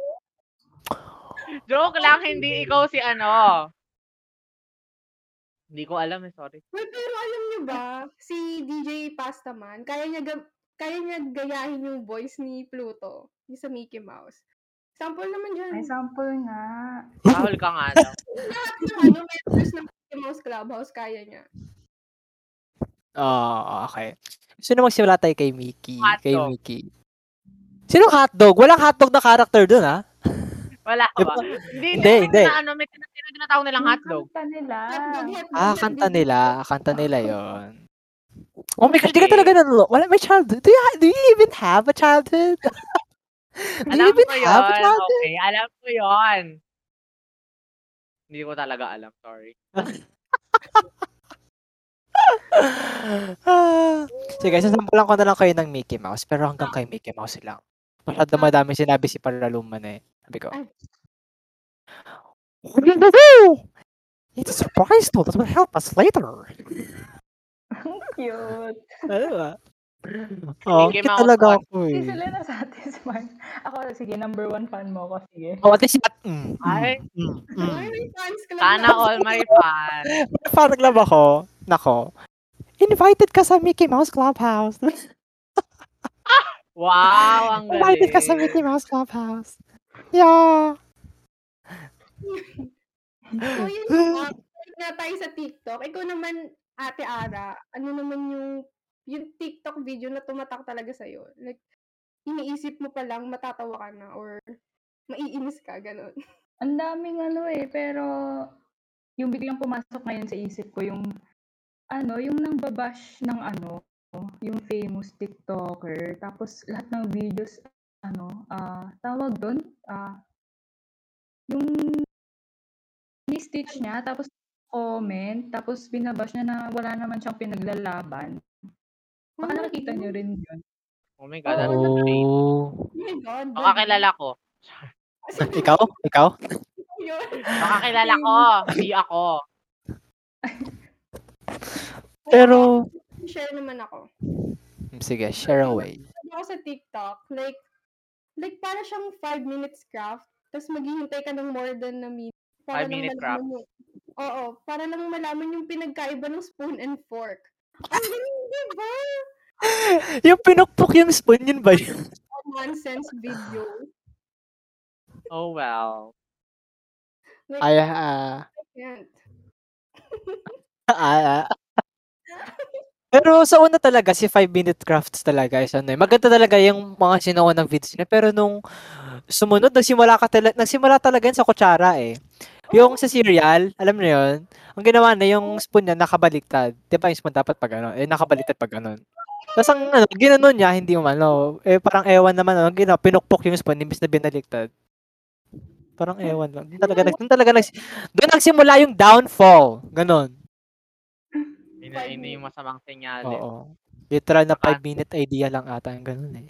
[SPEAKER 7] Joke lang, hindi ikaw si ano. Hindi ko alam eh, sorry.
[SPEAKER 6] Well, pero alam niyo ba, si DJ Pastaman, kaya niya, ga- kaya niya gayahin yung voice ni Pluto, yung sa Mickey Mouse. Sample naman dyan.
[SPEAKER 8] May sample nga.
[SPEAKER 7] Bawal ka nga daw.
[SPEAKER 6] Lahat ng ano, members ng Mickey Mouse Clubhouse, kaya niya.
[SPEAKER 4] Oo, oh, okay. Sino magsimula tayo kay Mickey? Kay
[SPEAKER 7] Hotdog.
[SPEAKER 4] Mickey. Sino hotdog? Walang hotdog na character dun, ah. ha?
[SPEAKER 7] Wala ka ba?
[SPEAKER 4] Hindi,
[SPEAKER 7] hindi, hindi.
[SPEAKER 4] hindi.
[SPEAKER 7] Na, ano, may tinatawag na tao nilang hotdog.
[SPEAKER 8] Kanta nila.
[SPEAKER 6] Hotdog, hotdog,
[SPEAKER 4] Ah,
[SPEAKER 6] hotdog.
[SPEAKER 4] kanta nila. Kanta nila yon. Oh my gosh, di ka
[SPEAKER 7] Okay.
[SPEAKER 4] talaga nanlo. Wala, may childhood. Do you, ha- do you even have a childhood? do you
[SPEAKER 7] Alam
[SPEAKER 4] even
[SPEAKER 7] ko
[SPEAKER 4] have a
[SPEAKER 7] yun.
[SPEAKER 4] childhood?
[SPEAKER 7] Okay, alam ko yun. Hindi ko talaga alam, sorry.
[SPEAKER 4] Ah. Sige, sasampulan ko na lang kayo ng Mickey Mouse. Pero hanggang kay Mickey Mouse lang. Masyado
[SPEAKER 7] Ah.
[SPEAKER 4] madami sinabi si Paraluman eh. Sabi ko.
[SPEAKER 6] Ay.
[SPEAKER 4] It's a surprise tool that will help us later.
[SPEAKER 8] Cute.
[SPEAKER 4] Ano ba? Oh,
[SPEAKER 7] Mickey
[SPEAKER 4] cute
[SPEAKER 7] Mouse
[SPEAKER 4] talaga
[SPEAKER 7] one.
[SPEAKER 4] ako
[SPEAKER 8] Si
[SPEAKER 4] eh.
[SPEAKER 8] Selena sa atin, si Mark. Ako, sige, number one fan mo ako. Sige.
[SPEAKER 4] Oh, at least at... Mm,
[SPEAKER 7] Ay.
[SPEAKER 4] mm, mm,
[SPEAKER 6] Ay,
[SPEAKER 4] mm.
[SPEAKER 6] may fans club.
[SPEAKER 7] Sana all my fans.
[SPEAKER 4] Parang love ako. Nako. Invited ka sa Mickey Mouse Clubhouse.
[SPEAKER 7] Wow, ang galing.
[SPEAKER 4] Invited ka sa Mickey Mouse Clubhouse. Yeah.
[SPEAKER 6] So, yun na, na tayo sa TikTok. Ikaw naman, Ate Ara, ano naman yung, yung TikTok video na tumatak talaga sa'yo? Like, iniisip mo pa lang, matatawa ka na, or maiinis ka, ganun.
[SPEAKER 8] Ang daming ano eh, pero yung biglang pumasok ngayon sa isip ko yung ano, yung nang babash ng ano, yung famous TikToker. Tapos lahat ng videos ano, ah tawag doon, ah yung ni-stitch niya tapos comment, tapos binabash niya na wala naman siyang pinaglalaban. Baka
[SPEAKER 6] Hmm.
[SPEAKER 8] nakikita niyo rin yun.
[SPEAKER 7] Oh my God, ano
[SPEAKER 4] Oh.
[SPEAKER 6] Oh my God.
[SPEAKER 7] Baka kilala ko.
[SPEAKER 4] Ikaw? Ikaw?
[SPEAKER 6] Yun.
[SPEAKER 7] Baka kilala ko. Hindi ako.
[SPEAKER 4] Pero...
[SPEAKER 6] Share naman ako.
[SPEAKER 4] Sige, share away.
[SPEAKER 6] Ano ako sa TikTok, like, like para siyang 5 minutes craft, tapos maghihintay ka ng more than a minute. Para
[SPEAKER 7] Five
[SPEAKER 6] lang
[SPEAKER 7] minute
[SPEAKER 6] malaman yung- Oo, para lang malaman yung pinagkaiba ng spoon and fork. Ang galing, di ba?
[SPEAKER 4] yung pinukpok yung spoon, yun ba yun?
[SPEAKER 6] A nonsense video.
[SPEAKER 7] Oh well.
[SPEAKER 6] Like,
[SPEAKER 4] Ay, ah.
[SPEAKER 6] yan.
[SPEAKER 4] ah, ah. Pero sa una talaga, si 5 Minute Crafts talaga is ano eh. Maganda talaga yung mga sinuko ng videos niya. Pero nung sumunod, nagsimula, ka tala- nagsimula talaga yun sa kutsara eh. Yung sa cereal, alam niyo yun, ang ginawa na yung spoon niya nakabaliktad. Di ba yung spoon dapat pag ano? Eh, nakabaliktad pag ano. Tapos ang ano, ginanon niya, hindi umano. Eh, parang ewan naman, ano, ginawa, pinukpok yung spoon, imbis na binaliktad. Parang ewan lang. Doon talaga, nag- doon talaga, nags- doon nagsimula yung downfall. Ganon.
[SPEAKER 7] Yun na- yun na yung masamang senyales.
[SPEAKER 4] Oo. Literal na
[SPEAKER 7] Saka-
[SPEAKER 4] 5 minute idea lang ata yung ganun eh.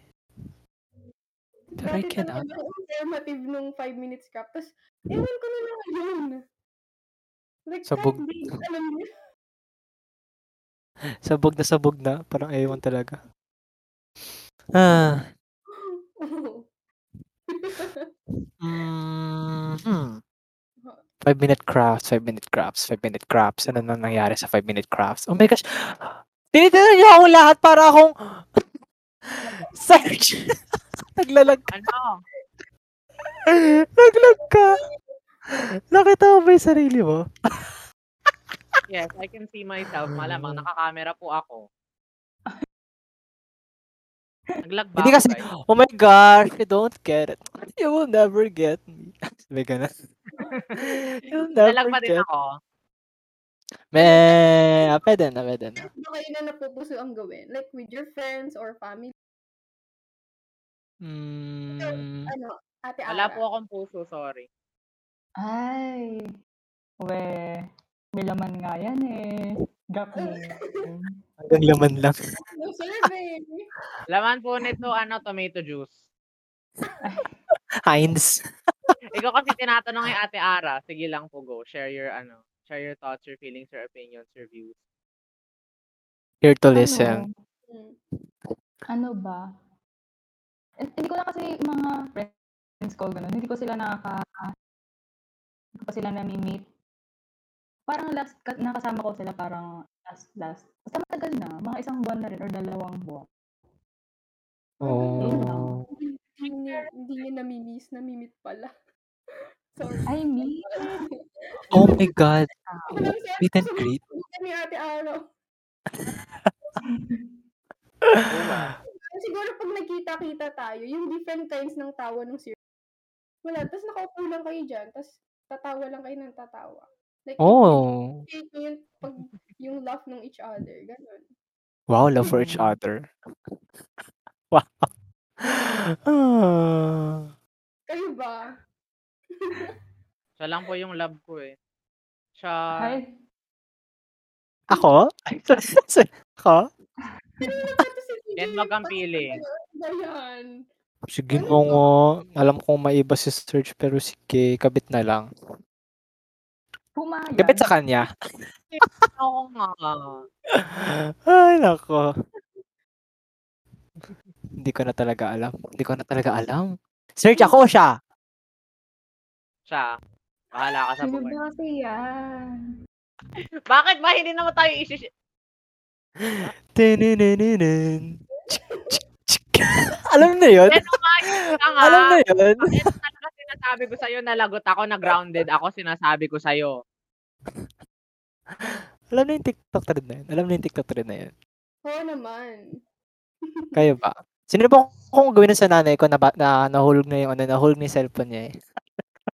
[SPEAKER 4] Pero I
[SPEAKER 6] Dati
[SPEAKER 4] cannot.
[SPEAKER 6] talaga yung Alternative nung 5 minutes craft. Tapos, ewan ko na lang yun. Like,
[SPEAKER 4] Sabog.
[SPEAKER 6] kahit di, alam niyo.
[SPEAKER 4] Sabog na sabog na. Parang ewan talaga. Ah. Mm, hmm. 5 minute crafts, 5 minute crafts, 5 minute crafts. Ano nang nangyari sa 5 minute crafts? Oh my gosh. Tinitinan niyo akong lahat para akong search. Naglalag.
[SPEAKER 7] Ano?
[SPEAKER 4] Naglag ka. Nakita mo ba yung sarili mo?
[SPEAKER 7] Yes, I can see myself. Malamang
[SPEAKER 4] Hmm.
[SPEAKER 7] nakakamera po ako. Naglag ba
[SPEAKER 4] Hindi
[SPEAKER 7] ako,
[SPEAKER 4] kasi,
[SPEAKER 7] guys?
[SPEAKER 4] oh my gosh, you don't get it. You will never get me. Sabi ka na. You'll never
[SPEAKER 7] Nalag pa din
[SPEAKER 4] get
[SPEAKER 7] ako.
[SPEAKER 4] me. Ah, pwede na, pwede na.
[SPEAKER 6] Ano kayo na napupuso ang gawin? Like, with your friends or family?
[SPEAKER 4] Mm,
[SPEAKER 6] Ano? Ate
[SPEAKER 7] Wala
[SPEAKER 6] Ara.
[SPEAKER 7] po akong puso, sorry.
[SPEAKER 8] Ay. We, may laman nga yan eh. Gap mo.
[SPEAKER 4] hanggang laman lang.
[SPEAKER 6] No
[SPEAKER 7] Ah,
[SPEAKER 6] survey.
[SPEAKER 7] Laman po nito, ano, tomato juice.
[SPEAKER 4] Heinz.
[SPEAKER 7] Ikaw kasi tinatanong kay Ate Ara. Sige lang po, go. Share your, ano, share your thoughts, your feelings, your opinions, your views.
[SPEAKER 4] Here to listen.
[SPEAKER 6] Mm.
[SPEAKER 8] ano ba? Eh, Hindi ko na kasi mga friends ko, ganun. Hindi ko sila nakaka... pa sila nami-meet. Parang last, ka- nakasama ko sila parang last, last. Basta matagal na, mga isang buwan na rin or dalawang buwan. Ayun lang.
[SPEAKER 4] Oh.
[SPEAKER 6] Hindi niya, hindi niya namimiss, namimit pala. Sorry.
[SPEAKER 8] I mean,
[SPEAKER 4] Oh my God.
[SPEAKER 6] Ako lang siya.
[SPEAKER 4] Meet and greet?
[SPEAKER 6] Gusto ni Ate Araw. Siguro pag nagkita-kita tayo, yung different kinds ng tawa ng circle. Wala, tapos nakaupo lang kayo dyan, tapos tatawa lang kayo ng tatawa. Like,
[SPEAKER 4] Oh.
[SPEAKER 6] appreciate nyo yung, pag, yung laugh ng each other, ganun.
[SPEAKER 4] Wow, love for each other. wow. Ah.
[SPEAKER 6] Kayo ba?
[SPEAKER 7] Siya lang po yung love ko eh. Siya,
[SPEAKER 8] hi.
[SPEAKER 4] Ako? Ay, sorry. Ako?
[SPEAKER 6] Ito si DJ,
[SPEAKER 7] Yan wag ang
[SPEAKER 6] basta
[SPEAKER 7] pili.
[SPEAKER 6] Ba yan?
[SPEAKER 4] Sige nga nga. Alam kong maiba si Serge pero sige, kabit na lang.
[SPEAKER 8] Pumayag.
[SPEAKER 4] Kabit sa kanya.
[SPEAKER 7] ako nga.
[SPEAKER 4] Ay, nako. Hindi ko na talaga alam. Hindi ko na talaga alam. Search ako siya.
[SPEAKER 7] Siya. Bahala ka sa
[SPEAKER 8] Sino
[SPEAKER 7] buhay.
[SPEAKER 8] ba kasi yan?
[SPEAKER 7] Bakit ba hindi naman tayo isis...
[SPEAKER 4] Tinininininin. Chik, chik, chik. alam na yun?
[SPEAKER 7] Yan ang mga yun na nga.
[SPEAKER 4] alam eh. na yun?
[SPEAKER 7] Yan ang talaga sinasabi ko sa'yo na lagot ako, na grounded ako, sinasabi ko sa'yo.
[SPEAKER 4] Alam na yung TikTok thread na yun. Alam na yung TikTok thread na yun.
[SPEAKER 6] Oo naman.
[SPEAKER 4] Kayo ba? Sinubok kong gawin na sa nanay ko na, ba- na nahulog na yung ano, nahulog na yung cellphone niya eh.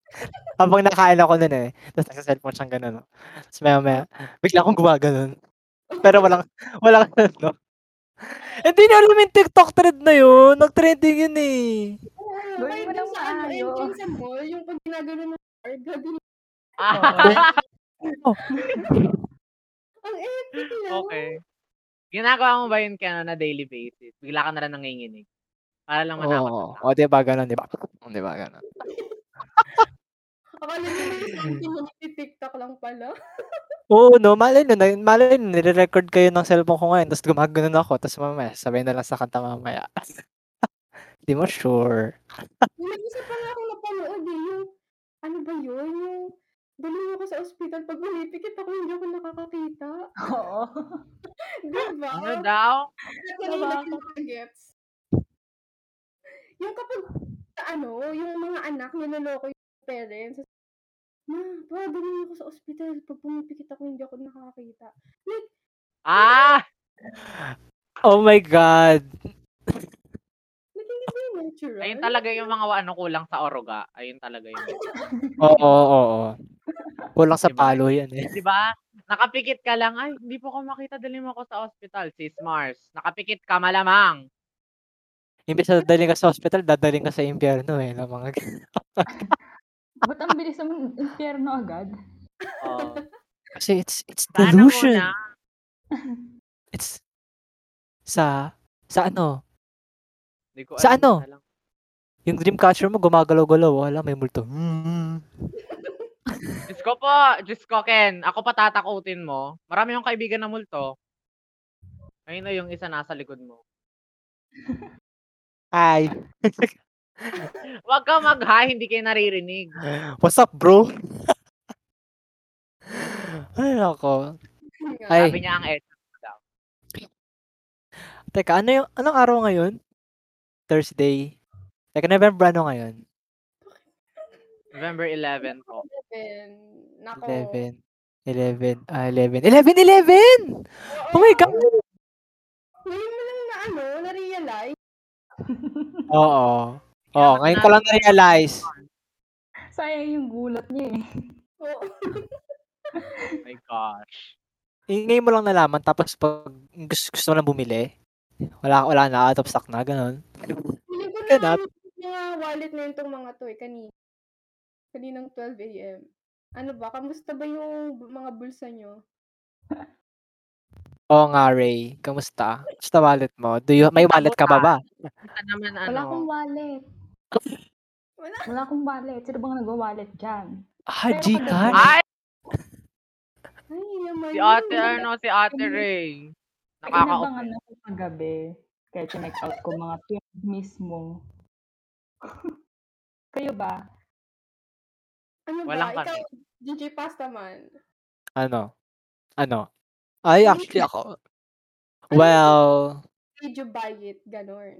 [SPEAKER 4] Habang nakain ako nun eh. Tapos nasa cellphone siyang ganun. no. Tapos maya maya, bigla akong gumaganon. Pero walang, walang ano. Hindi na alam yung TikTok thread na yun. Nag-trending yun eh.
[SPEAKER 6] Oo,
[SPEAKER 8] Gawin
[SPEAKER 6] kahit dun
[SPEAKER 8] mo ng
[SPEAKER 6] sa ano,
[SPEAKER 8] maayos.
[SPEAKER 6] engine sa mall, yung pag ginagano mo, card, gabi na- ang epic lang.
[SPEAKER 7] okay. Ginagawa mo ba yun kaya na daily basis? Bigla ka na lang nanginginig. Para lang manakot
[SPEAKER 4] Oo.
[SPEAKER 7] na.
[SPEAKER 4] O, diba ganun, diba? O, diba ganun.
[SPEAKER 6] Akala ko na yung something mo tiktok lang pala.
[SPEAKER 4] Oo, no. Malay nun, na- malay nun, nire-record kayo ng cellphone ko ngayon. Tapos gumaganon ako. Tapos mamaya, sabay na lang sa kanta mamaya. Hindi mo sure.
[SPEAKER 6] May isa pa nga akong napanood eh, yung, ano ba yun, yung, dalhin ako sa ospital, pag bumipikit ako, hindi ako nakakakita.
[SPEAKER 8] Oo.
[SPEAKER 6] Di ba?
[SPEAKER 7] Ano daw?
[SPEAKER 6] At yun
[SPEAKER 7] Diba?
[SPEAKER 6] yung nakakagets. Yung kapag, sa ano, yung mga anak, niloloko yung parents. Ma, pa, dalhin ako sa ospital, pag bumipikit ako, hindi ako nakakakita.
[SPEAKER 7] Ah!
[SPEAKER 4] Oh my God.
[SPEAKER 6] Naging hindi ba yung natural?
[SPEAKER 7] Ayun talaga yung mga ano kulang sa oruga. Ayun talaga yun.
[SPEAKER 4] Oo, oo, oo. Kulang sa
[SPEAKER 7] Diba?
[SPEAKER 4] palo yan eh.
[SPEAKER 7] Di ba? Nakapikit ka lang. Ay, hindi po ako makita. Dali mo ako sa ospital. Sis Mars. Nakapikit ka malamang.
[SPEAKER 4] Imbis na dadaling ka sa hospital, dadaling ka sa impyerno eh. Ng mga ganun.
[SPEAKER 8] Ba't ang bilis naman impyerno agad?
[SPEAKER 7] Oh.
[SPEAKER 4] Kasi it's, it's
[SPEAKER 7] Sana
[SPEAKER 4] delusion.
[SPEAKER 7] muna.
[SPEAKER 4] It's sa, sa ano,
[SPEAKER 7] Hindi ko
[SPEAKER 4] Sa ano?
[SPEAKER 7] alam, isa lang.
[SPEAKER 4] yung dreamcatcher mo gumagalaw-galaw. Wala, may multo. Hmm.
[SPEAKER 7] Diyos ko po. Diyos ko, Ken. Ako pa tatakutin mo. Marami yung kaibigan na multo. Ayun na yung isa nasa likod mo.
[SPEAKER 4] Hi.
[SPEAKER 7] Huwag ka mag-hi. Hindi kayo naririnig.
[SPEAKER 4] What's up, bro? Ay, nako. Ay.
[SPEAKER 7] Sabi niya ang et.
[SPEAKER 4] Teka, ano yung, anong araw ngayon? Thursday. Teka, November ano ngayon?
[SPEAKER 7] November 11 po.
[SPEAKER 6] Eleven. Nako.
[SPEAKER 4] 11. 11. Ah, 11. 11! 11! Oh my God!
[SPEAKER 6] Ngayon mo lang na ano, na-realize.
[SPEAKER 4] Oo. Oo,
[SPEAKER 7] Dapat
[SPEAKER 4] Oh, ngayon ko lang na-realize.
[SPEAKER 8] Sayang yung gulat niya eh.
[SPEAKER 6] Oo.
[SPEAKER 7] Oh my gosh.
[SPEAKER 4] Eh, Ngayon mo lang nalaman, tapos pag gusto, gusto mo lang bumili, wala, wala na, out of stock na, ganun.
[SPEAKER 6] Piling ko
[SPEAKER 4] Kaya
[SPEAKER 6] na
[SPEAKER 4] nat-
[SPEAKER 6] yung mga wallet na yun tong mga to eh, kanina. Kaninang 12 a.m. Ano ba? Kamusta ba yung bu- mga bulsa nyo?
[SPEAKER 4] Oo nga, Ray. Kamusta? Kamusta wallet mo? Do you, may wallet ka ba ba?
[SPEAKER 7] Ito naman
[SPEAKER 8] Wala akong
[SPEAKER 7] ano.
[SPEAKER 8] wallet.
[SPEAKER 6] Wala.
[SPEAKER 8] Wala akong wallet. Sino bang nagwa-wallet dyan?
[SPEAKER 4] Ah,
[SPEAKER 8] Meron ka
[SPEAKER 4] Gcash?
[SPEAKER 8] ba?
[SPEAKER 7] Ay!
[SPEAKER 6] Ay, naman.
[SPEAKER 7] Si
[SPEAKER 6] yun.
[SPEAKER 7] ate ano, si ate Ray. Nakaka-open.
[SPEAKER 8] Nakakaupin. ako kagabi. Kaya chinek out ko mga pins mismo. Kayo ba?
[SPEAKER 6] Ano
[SPEAKER 7] Walang
[SPEAKER 6] ba? Ikaw,
[SPEAKER 7] connect.
[SPEAKER 6] GG Pasta man.
[SPEAKER 4] Ano? Ano? Ay, actually ako. Well,
[SPEAKER 6] Did you buy it? Ganon.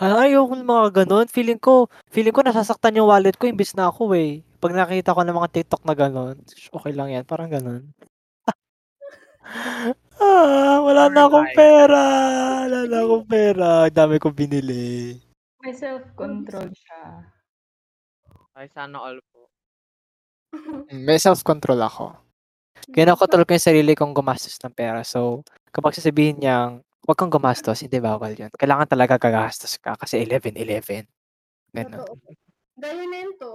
[SPEAKER 4] ay, ayoko ng mga ganun. Feeling ko, feeling ko nasasaktan yung wallet ko imbis na ako eh. Pag nakita ko ng mga TikTok na ganun, okay lang yan, parang ganun. ah, wala na akong
[SPEAKER 7] Alright.
[SPEAKER 4] pera. Wala na akong pera. Ang Dami kong binili.
[SPEAKER 8] May self-control siya.
[SPEAKER 7] Ay, sana all po.
[SPEAKER 4] Mm, May self-control ako. Kinokontrol ko yung sarili kong gumastos ng pera. So, kapag sasabihin niyang, huwag kang gumastos, hindi bawal yun. Kailangan talaga gagastos ka kasi 11-11. Ganun.
[SPEAKER 6] Totoo. Gaya na yun to.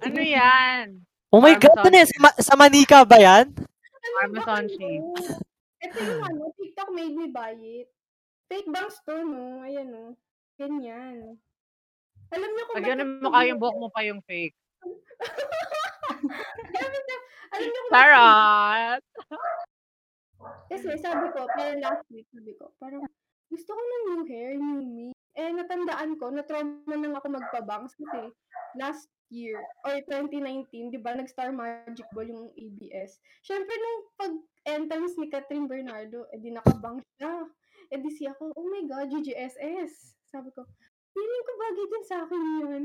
[SPEAKER 7] Ano yan?
[SPEAKER 4] Oh my God,
[SPEAKER 7] Amazon
[SPEAKER 4] ano yan? Sa, ma- sa manika ba yan?
[SPEAKER 6] Ano
[SPEAKER 7] Amazon
[SPEAKER 6] ba kayo? Ito yung ano, TikTok made me buy it. Fake bangs to, no? Ayan, no? Ganyan. Alam niyo kung
[SPEAKER 7] Lagyan
[SPEAKER 6] bakit
[SPEAKER 7] mo mukha yung
[SPEAKER 6] hindi-
[SPEAKER 7] buhok mo pa yung fake.
[SPEAKER 6] Grabe ka. Alam niyo kung bakit
[SPEAKER 7] Sarah!
[SPEAKER 6] Kasi sabi ko, parang last week, sabi ko, parang gusto ko ng new hair, new me. Eh, natandaan ko, na-trauma lang ako magpabangs kasi last year, or 2019, di ba, nag-star Magic Ball yung ABS. Siyempre, nung pag-entrance ni Catherine Bernardo, eh, di nakabang siya. Eh, di siya ako, oh my God, GGSS. Sabi ko, feeling ko bagay din sa akin yun.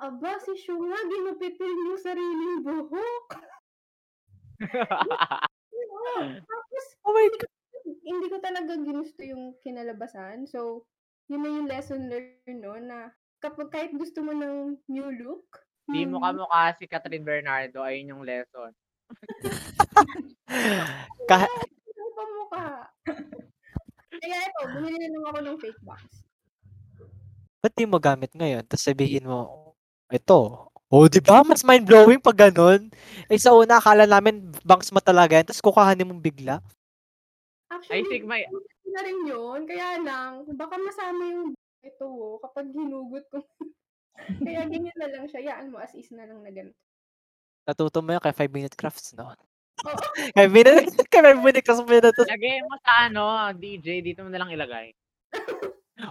[SPEAKER 6] Aba, si Shunga, ginupitin yung sariling buhok. Oo. Tapos, oh my God. Hindi ko talaga ginusto yung kinalabasan. So, yun na yung lesson learned, no, na kapag kahit gusto mo ng new look,
[SPEAKER 7] Di
[SPEAKER 6] new-
[SPEAKER 8] Hmm.
[SPEAKER 7] mo ka mukha si Catherine Bernardo. Ayun yung lesson.
[SPEAKER 4] Kah-
[SPEAKER 6] Ano pa mukha? Eh, Kaya ito, bumili na lang ako ng fake box.
[SPEAKER 4] ba't di mo gamit ngayon? Tapos sabihin mo, ito. Oh, di ba? Mas mind-blowing pag ganun. Eh, sa una, akala namin banks mo talaga yan. Tapos kukahanin mong bigla.
[SPEAKER 7] I
[SPEAKER 8] Hmm.
[SPEAKER 6] Actually,
[SPEAKER 7] think may...
[SPEAKER 6] gusto na rin yun. Kaya lang, baka masama yung ito oh, kapag hinugot ko. Kaya ganyan na lang siya. Yaan mo, as is na lang na ganito.
[SPEAKER 4] Natuto mo yun kay 5 Minute Crafts, no?
[SPEAKER 6] Oo.
[SPEAKER 4] kay 5 Minute, kay 5 Minute Crafts mo yun. Tapos,
[SPEAKER 7] Lagay mo sa ano, DJ. Dito mo na lang ilagay.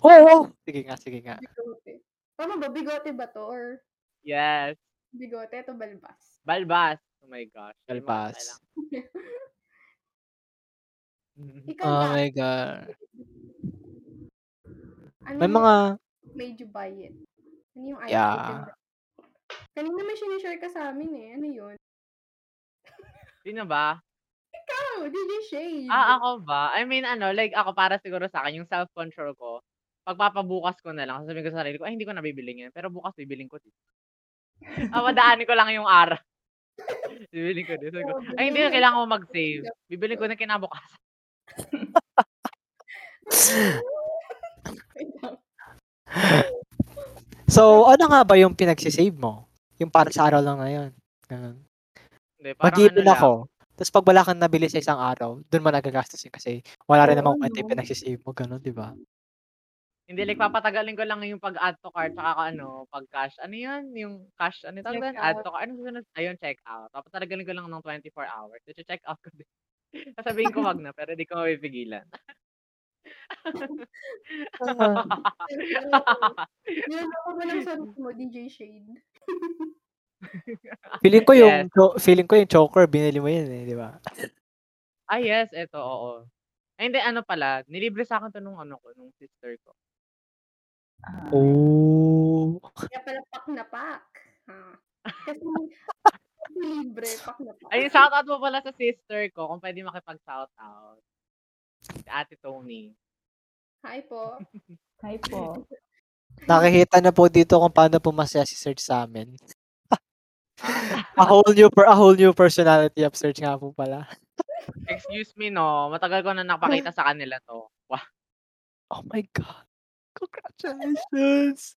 [SPEAKER 4] oo, oo. "Oh, Sige nga, sige nga.
[SPEAKER 6] Bigote. Tama ba? Bigote ba to? Or
[SPEAKER 7] Yes.
[SPEAKER 6] bigote? Ito balbas.
[SPEAKER 7] Balbas. Oh my gosh. Di mo
[SPEAKER 4] Balbas.
[SPEAKER 7] kailangan.
[SPEAKER 6] Ikaw
[SPEAKER 4] Oh
[SPEAKER 6] ba?
[SPEAKER 4] my God.
[SPEAKER 6] Ano
[SPEAKER 4] May
[SPEAKER 6] yung
[SPEAKER 4] mga,
[SPEAKER 6] made you buy it? Ano yung item?
[SPEAKER 4] yeah.
[SPEAKER 6] Kanina may sinishare ka sa amin eh. Ano yun?
[SPEAKER 7] Sino ba?
[SPEAKER 6] Oh, DJ Shade.
[SPEAKER 7] Ah, ako ba? I mean, ano, like ako para siguro sa akin, yung self-control ko, pagpapabukas ko na lang, sasabihin ko sa sarili ko, ay, hindi ko na bibiling yan, pero bukas bibiling ko din. ah, madaanin ko lang yung araw. bibiling ko din. Sabi
[SPEAKER 6] Oh,
[SPEAKER 7] ko, ay, hindi na kailangan ko mag-save. Bibiling ko na kinabukas.
[SPEAKER 4] So, ano nga ba yung pinagsisave mo? Yung para sa araw lang na yun. Ganun.
[SPEAKER 7] Hindi, parang
[SPEAKER 4] Mag-iipon
[SPEAKER 7] ano
[SPEAKER 4] ako. Tapos pag wala kang nabili sa isang araw, doon mo nagagastusin kasi wala rin
[SPEAKER 8] Oo,
[SPEAKER 4] namang kwenta
[SPEAKER 8] no?
[SPEAKER 4] yung pinagsisave mo, gano'n, di ba?
[SPEAKER 7] Lang. Hindi, like, papatagalin ko lang yung pag-add to cart, tsaka ano, pag-cash. Ano yun? Yung cash, ano yung tawag doon?
[SPEAKER 8] Check
[SPEAKER 7] Add to cart. Ano susunod? Ayun, check out. Papatagalin ko lang ng 24 hours. Ito, check out ko din. Sasabihin ko wag na, pero di ko mapipigilan.
[SPEAKER 6] Nilalaman ko ng sarili mo, DJ Shade.
[SPEAKER 4] feeling ko yung
[SPEAKER 7] Yes.
[SPEAKER 4] cho- feeling ko yung choker binili mo yun eh, di ba?
[SPEAKER 7] Ah, yes, eto, oo. Ay, hindi, ano pala, nilibre sa akin to nung ano ko, nung sister ko.
[SPEAKER 8] Ah,
[SPEAKER 4] Oh.
[SPEAKER 6] Kaya pala pak na pak. Ha? Kasi kasi libre, pak na pak.
[SPEAKER 7] Ay, shout out mo pala sa sister ko, kung pwede makipag-shout out. Si Ate Tony.
[SPEAKER 6] Hi po.
[SPEAKER 8] hi po.
[SPEAKER 4] Nakikita na po dito kung paano pumasya si Search sa amin. a whole new per a whole new personality of Search nga po pala.
[SPEAKER 7] Excuse me, no, matagal ko na napakita sa kanila to. Wah,
[SPEAKER 4] Oh my God. Congratulations.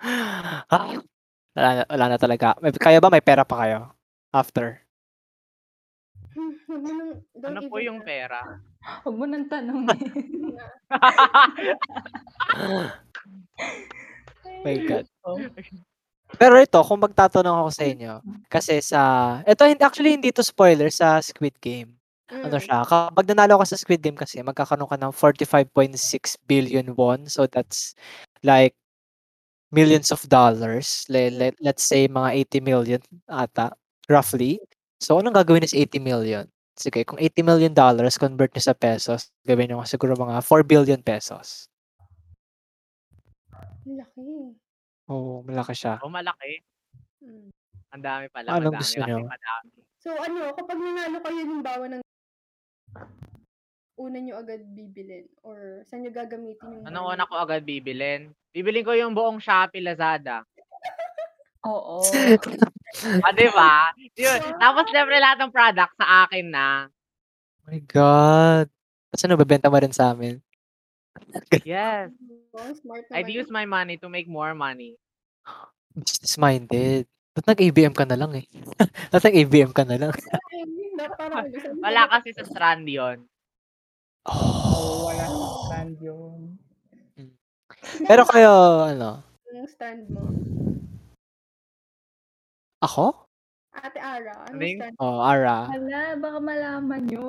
[SPEAKER 4] ah, wala, na, wala na talaga. May, kaya ba may pera pa kayo? After.
[SPEAKER 6] Hmm, huwag mo nang- don't
[SPEAKER 7] ano po
[SPEAKER 6] even
[SPEAKER 7] yung
[SPEAKER 6] ask
[SPEAKER 7] pera?
[SPEAKER 8] Huwag mo nang tanong
[SPEAKER 6] na.
[SPEAKER 4] my God. Pero ito, kung magtatanong ako sa inyo, kasi sa, ito hin- actually hindi to spoiler sa Squid Game. Ano
[SPEAKER 6] Mm.
[SPEAKER 4] siya, kapag nanalo ka sa Squid Game kasi, magkakaroon ka ng 45.6 billion won. So that's like millions of dollars. Let, let, let's say mga 80 million ata, roughly. So, anong gagawin niya sa 80 million? Sige, kung 80 million dollars, convert niyo sa pesos, gawin niyo siguro mga 4 billion pesos.
[SPEAKER 6] Laki.
[SPEAKER 4] Oo, malaki siya.
[SPEAKER 7] Oh, malaki.
[SPEAKER 6] Mm.
[SPEAKER 7] Ang dami pala.
[SPEAKER 4] Anong
[SPEAKER 7] madami,
[SPEAKER 4] gusto
[SPEAKER 7] laki,
[SPEAKER 4] niyo?
[SPEAKER 7] madami.
[SPEAKER 6] So ano, kapag nanalo kayo ng bawa ng una nyo agad bibilin or saan nyo gagamitin yung
[SPEAKER 7] Anong
[SPEAKER 6] money?
[SPEAKER 7] una Ano ko agad bibilin? Bibilin ko yung buong Shopee Lazada.
[SPEAKER 8] Oo.
[SPEAKER 7] Ah, di ba? Yun. Tapos, syempre, lahat ng product sa akin na.
[SPEAKER 4] Oh my God. Tapos ano, babenta mo rin sa amin?
[SPEAKER 7] Yes.
[SPEAKER 6] Oo, smart naman.
[SPEAKER 7] I'd use my money to make more money.
[SPEAKER 4] Business-minded. Ba't nag-ABM ka na lang eh? Ba't nag-ABM ka na lang?
[SPEAKER 6] Ay, na, parang ulo. Saan mo
[SPEAKER 7] Ah, Wala
[SPEAKER 6] gagamitin?
[SPEAKER 7] kasi sa strand yun.
[SPEAKER 4] Oh.
[SPEAKER 8] Wala nang stand yun.
[SPEAKER 4] Pero kayo, ano?
[SPEAKER 6] Yung stand mo.
[SPEAKER 4] Ako?
[SPEAKER 6] Ate Ara, ano
[SPEAKER 7] Ano yun?
[SPEAKER 6] stand?
[SPEAKER 4] Oh, Ara.
[SPEAKER 8] Hala, baka malaman nyo.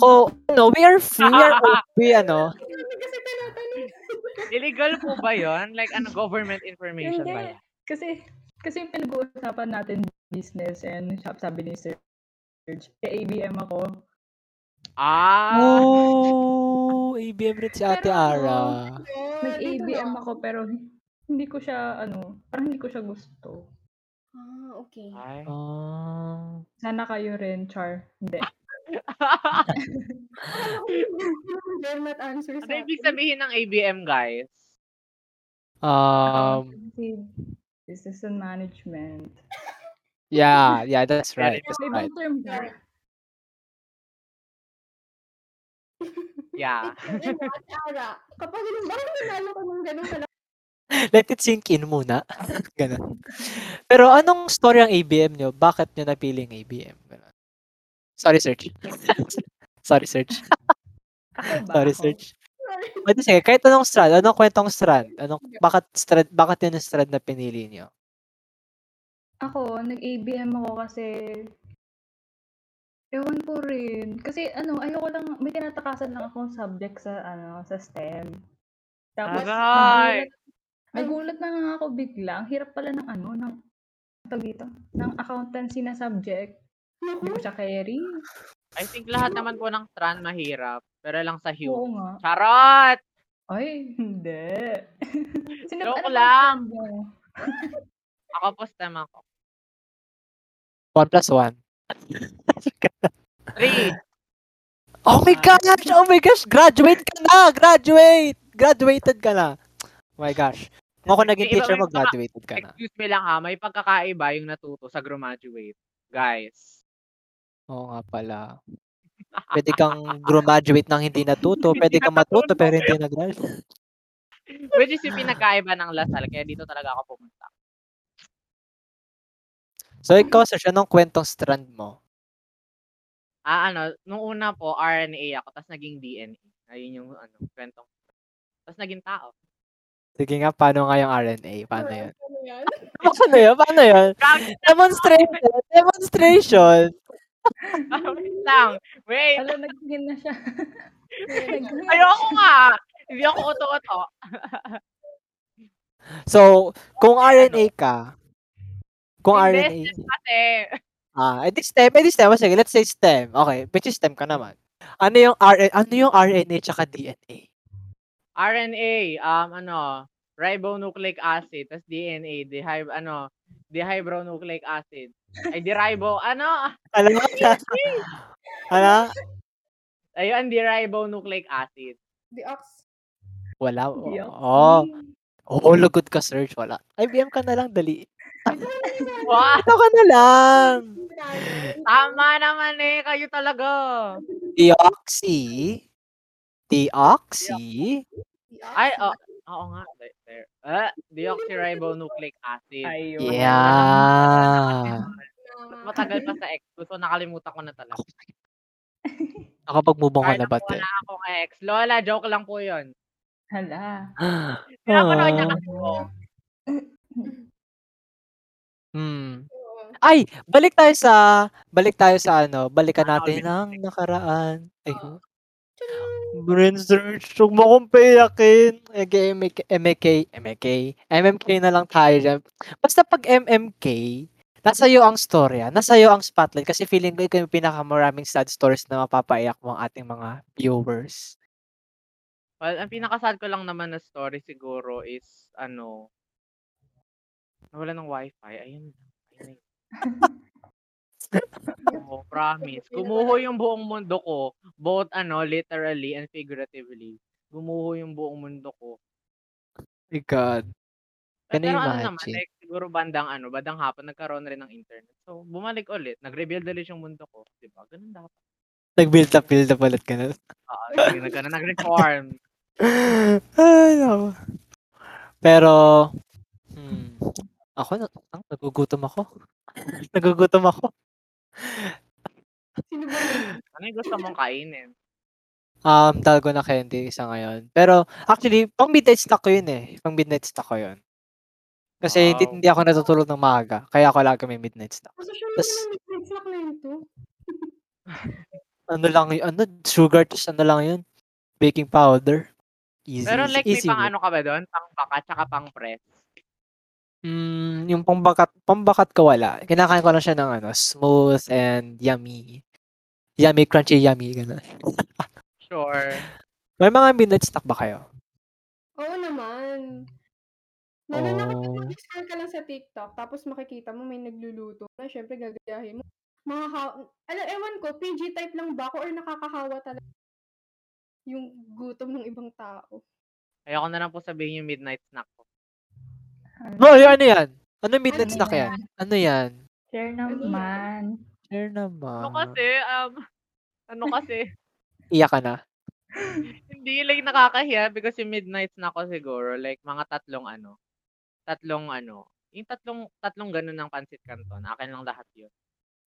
[SPEAKER 4] Ako, no, we are free. We are free, ano?
[SPEAKER 6] Ano kasi tinatanong?
[SPEAKER 7] Illegal po ba yun? Like, ano, government information ba
[SPEAKER 8] Hindi.
[SPEAKER 7] yun?
[SPEAKER 8] Kasi, kasi yung pinag-uusapan natin business and sab- sabi ni Sir Serge, eh, ABM ako.
[SPEAKER 7] Ah!
[SPEAKER 4] Oh, ABM rin si Ate
[SPEAKER 8] Pero ano,
[SPEAKER 4] Ara.
[SPEAKER 6] Oh,
[SPEAKER 8] Nag-ABM
[SPEAKER 6] dito na.
[SPEAKER 8] ako pero hindi ko siya, ano, parang hindi ko siya gusto.
[SPEAKER 6] Ah, okay.
[SPEAKER 7] Ay.
[SPEAKER 4] Oh.
[SPEAKER 8] Sana kayo rin, Char. Hindi.
[SPEAKER 6] Dare not answer
[SPEAKER 7] Ano
[SPEAKER 6] sa
[SPEAKER 7] ibig
[SPEAKER 6] atin.
[SPEAKER 7] sabihin ng ABM, guys?
[SPEAKER 4] Um,
[SPEAKER 8] Accountancy, business and Ah, management.
[SPEAKER 4] yeah, yeah, that's right. That's
[SPEAKER 8] May
[SPEAKER 4] right.
[SPEAKER 8] ibang term ba?
[SPEAKER 7] Yeah.
[SPEAKER 6] Ikaw, ano, Ate Ara, kapag ganun, bakit nanalo ka ng ganun pala?
[SPEAKER 4] Let it sink in muna. Ganun. Pero anong story ang ABM nyo? Bakit nyo napiling ABM? Ganun. Sorry, search. Sorry, search.
[SPEAKER 8] Ako ba
[SPEAKER 4] Sorry,
[SPEAKER 8] ako?
[SPEAKER 4] search. Pwede sige, kahit anong strand, anong kwentong strand, anong, bakit, strand, bakit yun ang strand na pinili nyo?
[SPEAKER 8] Ako, nag-ABM ako kasi ewan ko rin. Kasi ano, ayoko lang, may tinatakasan lang akong subject sa ano, sa STEM. Tapos,
[SPEAKER 7] Aray!
[SPEAKER 8] nagulat- nagulat na nga ako biglang. Hirap pala ng ano, ng, tawag dito, ng accountancy na subject. Hindi ko siya carry.
[SPEAKER 7] I think lahat naman po ng strand mahirap. Pero lang sa
[SPEAKER 8] Oo
[SPEAKER 7] hue.
[SPEAKER 8] nga.
[SPEAKER 7] Charot!
[SPEAKER 8] Ay, hindi. Sino
[SPEAKER 7] Joke
[SPEAKER 8] ano ba
[SPEAKER 7] lang.
[SPEAKER 8] ang tawag mo?
[SPEAKER 7] Ako po stem ako.
[SPEAKER 4] One plus one.
[SPEAKER 7] Three!
[SPEAKER 4] Oh my gosh! Oh my gosh! Graduate ka na! Graduate! Graduated ka na! Oh my gosh. Kung ako naging
[SPEAKER 7] Iba-
[SPEAKER 4] teacher
[SPEAKER 7] iba-
[SPEAKER 4] mo, graduated ka na.
[SPEAKER 7] Excuse me lang ha, may pagkakaiba yung natuto sa graduate. Guys.
[SPEAKER 4] Oo nga pala. Pwede kang graduate nang hindi natuto. Pwede kang matuto pero hindi nag-graduate.
[SPEAKER 7] Which is yung
[SPEAKER 4] Ah.
[SPEAKER 7] pinagkaiba ng Lasal, kaya dito talaga ako pumunta.
[SPEAKER 4] So ikaw, Sir, anong kwentong strand mo?
[SPEAKER 7] Ah, ano, nung una po, RNA ako, tapos naging DNA. Ayun yung, ano, kwentong. Tapos naging tao.
[SPEAKER 4] Sige nga, paano nga yung RNA? Paano yun?
[SPEAKER 6] Ano yan?
[SPEAKER 4] Paano yun? Paano yun?
[SPEAKER 7] Practice
[SPEAKER 4] Demonstration! Demonstration!
[SPEAKER 7] lang. Wait,
[SPEAKER 8] Alam, nagtingin na siya. Nagtingin.
[SPEAKER 7] ayoko nga. Hindi ako uto-uto.
[SPEAKER 4] So, kung RNA ka, kung RNA,
[SPEAKER 7] Invested kasi.
[SPEAKER 4] ah, edi STEM, edi STEM, sige, let's say STEM. Okay, which is STEM ka naman. Ano yung RNA, ano yung RNA tsaka DNA?
[SPEAKER 7] RNA, um, ano, ribonucleic acid, tapos DNA, dehib, ano, dehyronucleic acid. Ay, deribo, ano,
[SPEAKER 4] Alam mo na? Ano?
[SPEAKER 7] ayun, deribonucleic acid.
[SPEAKER 6] The ox.
[SPEAKER 4] Wala.
[SPEAKER 8] Hindi ako.
[SPEAKER 4] Oo. Oo, lugod ka, search. Wala. IBM ka na lang, dali.
[SPEAKER 7] Wow,
[SPEAKER 4] Ito ka na lang.
[SPEAKER 7] tama naman eh, kayo talaga.
[SPEAKER 4] Deoxy. Deoxy.
[SPEAKER 7] Ay, oh, oo nga. There, there. Ah, deoxyribonucleic acid.
[SPEAKER 8] Ayun.
[SPEAKER 4] Yeah.
[SPEAKER 7] Matagal pa sa ex ko, so nakalimutan ko na talaga.
[SPEAKER 4] Nakapag-move on ko
[SPEAKER 7] Kaya
[SPEAKER 4] na ba, te?
[SPEAKER 7] wala akong ex. Lola, joke lang po yun.
[SPEAKER 8] Hala.
[SPEAKER 7] Pinapanood niya
[SPEAKER 4] Ah.
[SPEAKER 7] kasi po.
[SPEAKER 4] Hmm. Ay, balik tayo sa balik tayo sa ano, balikan
[SPEAKER 7] Sana all
[SPEAKER 4] natin
[SPEAKER 7] may
[SPEAKER 4] ang nakaraan. Ay, Brain search. Huwag mo kong paiyakin. Ege, MK, MK, MK, MMK na lang tayo dyan. Basta pag MMK, nasa iyo ang storya, nasa iyo ang spotlight kasi feeling ko ikaw yung pinakamaraming sad stories na mapapaiyak mo ang ating mga viewers.
[SPEAKER 7] Well, ang pinakasad ko lang naman na story siguro is, ano, nawala ng wifi. Ayun lang. Ayun lang. Oo, promise. Gumuho yung buong mundo ko, both ano, literally and figuratively. Gumuho yung buong mundo ko.
[SPEAKER 4] My God.
[SPEAKER 7] Pero
[SPEAKER 4] Can you
[SPEAKER 7] ano naman,
[SPEAKER 4] imagine?
[SPEAKER 7] like, siguro bandang ano, bandang hapon, nagkaroon na rin ng internet. So, bumalik ulit. Nag-rebuild ulit yung mundo ko. Di ba? Ganun dapat.
[SPEAKER 4] Nag-build up, build up ulit ka na.
[SPEAKER 7] Oo, sige, nag- ano, nag-reform.
[SPEAKER 4] Ay, naku. Pero, hmm, ako, na- ang, nagugutom ako. nagugutom ako.
[SPEAKER 6] Sino ba yun?
[SPEAKER 7] Ano yung gusto mong kainin?
[SPEAKER 4] Um, Dalgo na candy isa ngayon. Pero, actually, pang midnight snack ko yun eh. Pang midnight snack ko yun. Kasi hindi,
[SPEAKER 7] Wow.
[SPEAKER 4] hindi ako natutulog ng maaga. Kaya ako lagi may midnight snack.
[SPEAKER 6] Kasi siya
[SPEAKER 4] Tas-
[SPEAKER 6] naman may friends na kwento.
[SPEAKER 4] Ano lang yun? Ano? Sugar, tapos ano lang yun? Baking powder. Easy.
[SPEAKER 7] Pero
[SPEAKER 4] easy,
[SPEAKER 7] like, may
[SPEAKER 4] easy
[SPEAKER 7] pang
[SPEAKER 4] way.
[SPEAKER 7] ano ka ba doon? Pang baka, tsaka pang press.
[SPEAKER 4] Mm, yung pambakat, pambakat ko wala. Kinakain ko lang siya ng ano, smooth and yummy. Yummy, crunchy, yummy. Ganun.
[SPEAKER 7] Sure.
[SPEAKER 4] May mga midnight snack ba kayo?
[SPEAKER 6] Oo naman. Lalo na kapag
[SPEAKER 4] Oo.
[SPEAKER 6] mag-scroll ka lang sa TikTok, tapos makikita mo may nagluluto na, syempre gagayahin mo. Mga ha- alam, ewan ko, PG type lang ba ako or nakakahawa talaga yung gutom ng ibang tao.
[SPEAKER 7] Ayoko na lang po sabihin yung midnight snack ko.
[SPEAKER 4] No, y- ano yan? Ano yung midnight
[SPEAKER 6] Ano
[SPEAKER 4] snack yan? Ano yan?
[SPEAKER 8] Share naman.
[SPEAKER 4] Share naman.
[SPEAKER 7] Ano kasi, um, ano kasi,
[SPEAKER 4] Iyak ka na.
[SPEAKER 7] hindi like nakakahiya because yung midnight snack ko siguro, like mga tatlong ano, tatlong ano, yung tatlong, tatlong ganun ng pancit canton. Akin lang lahat yun.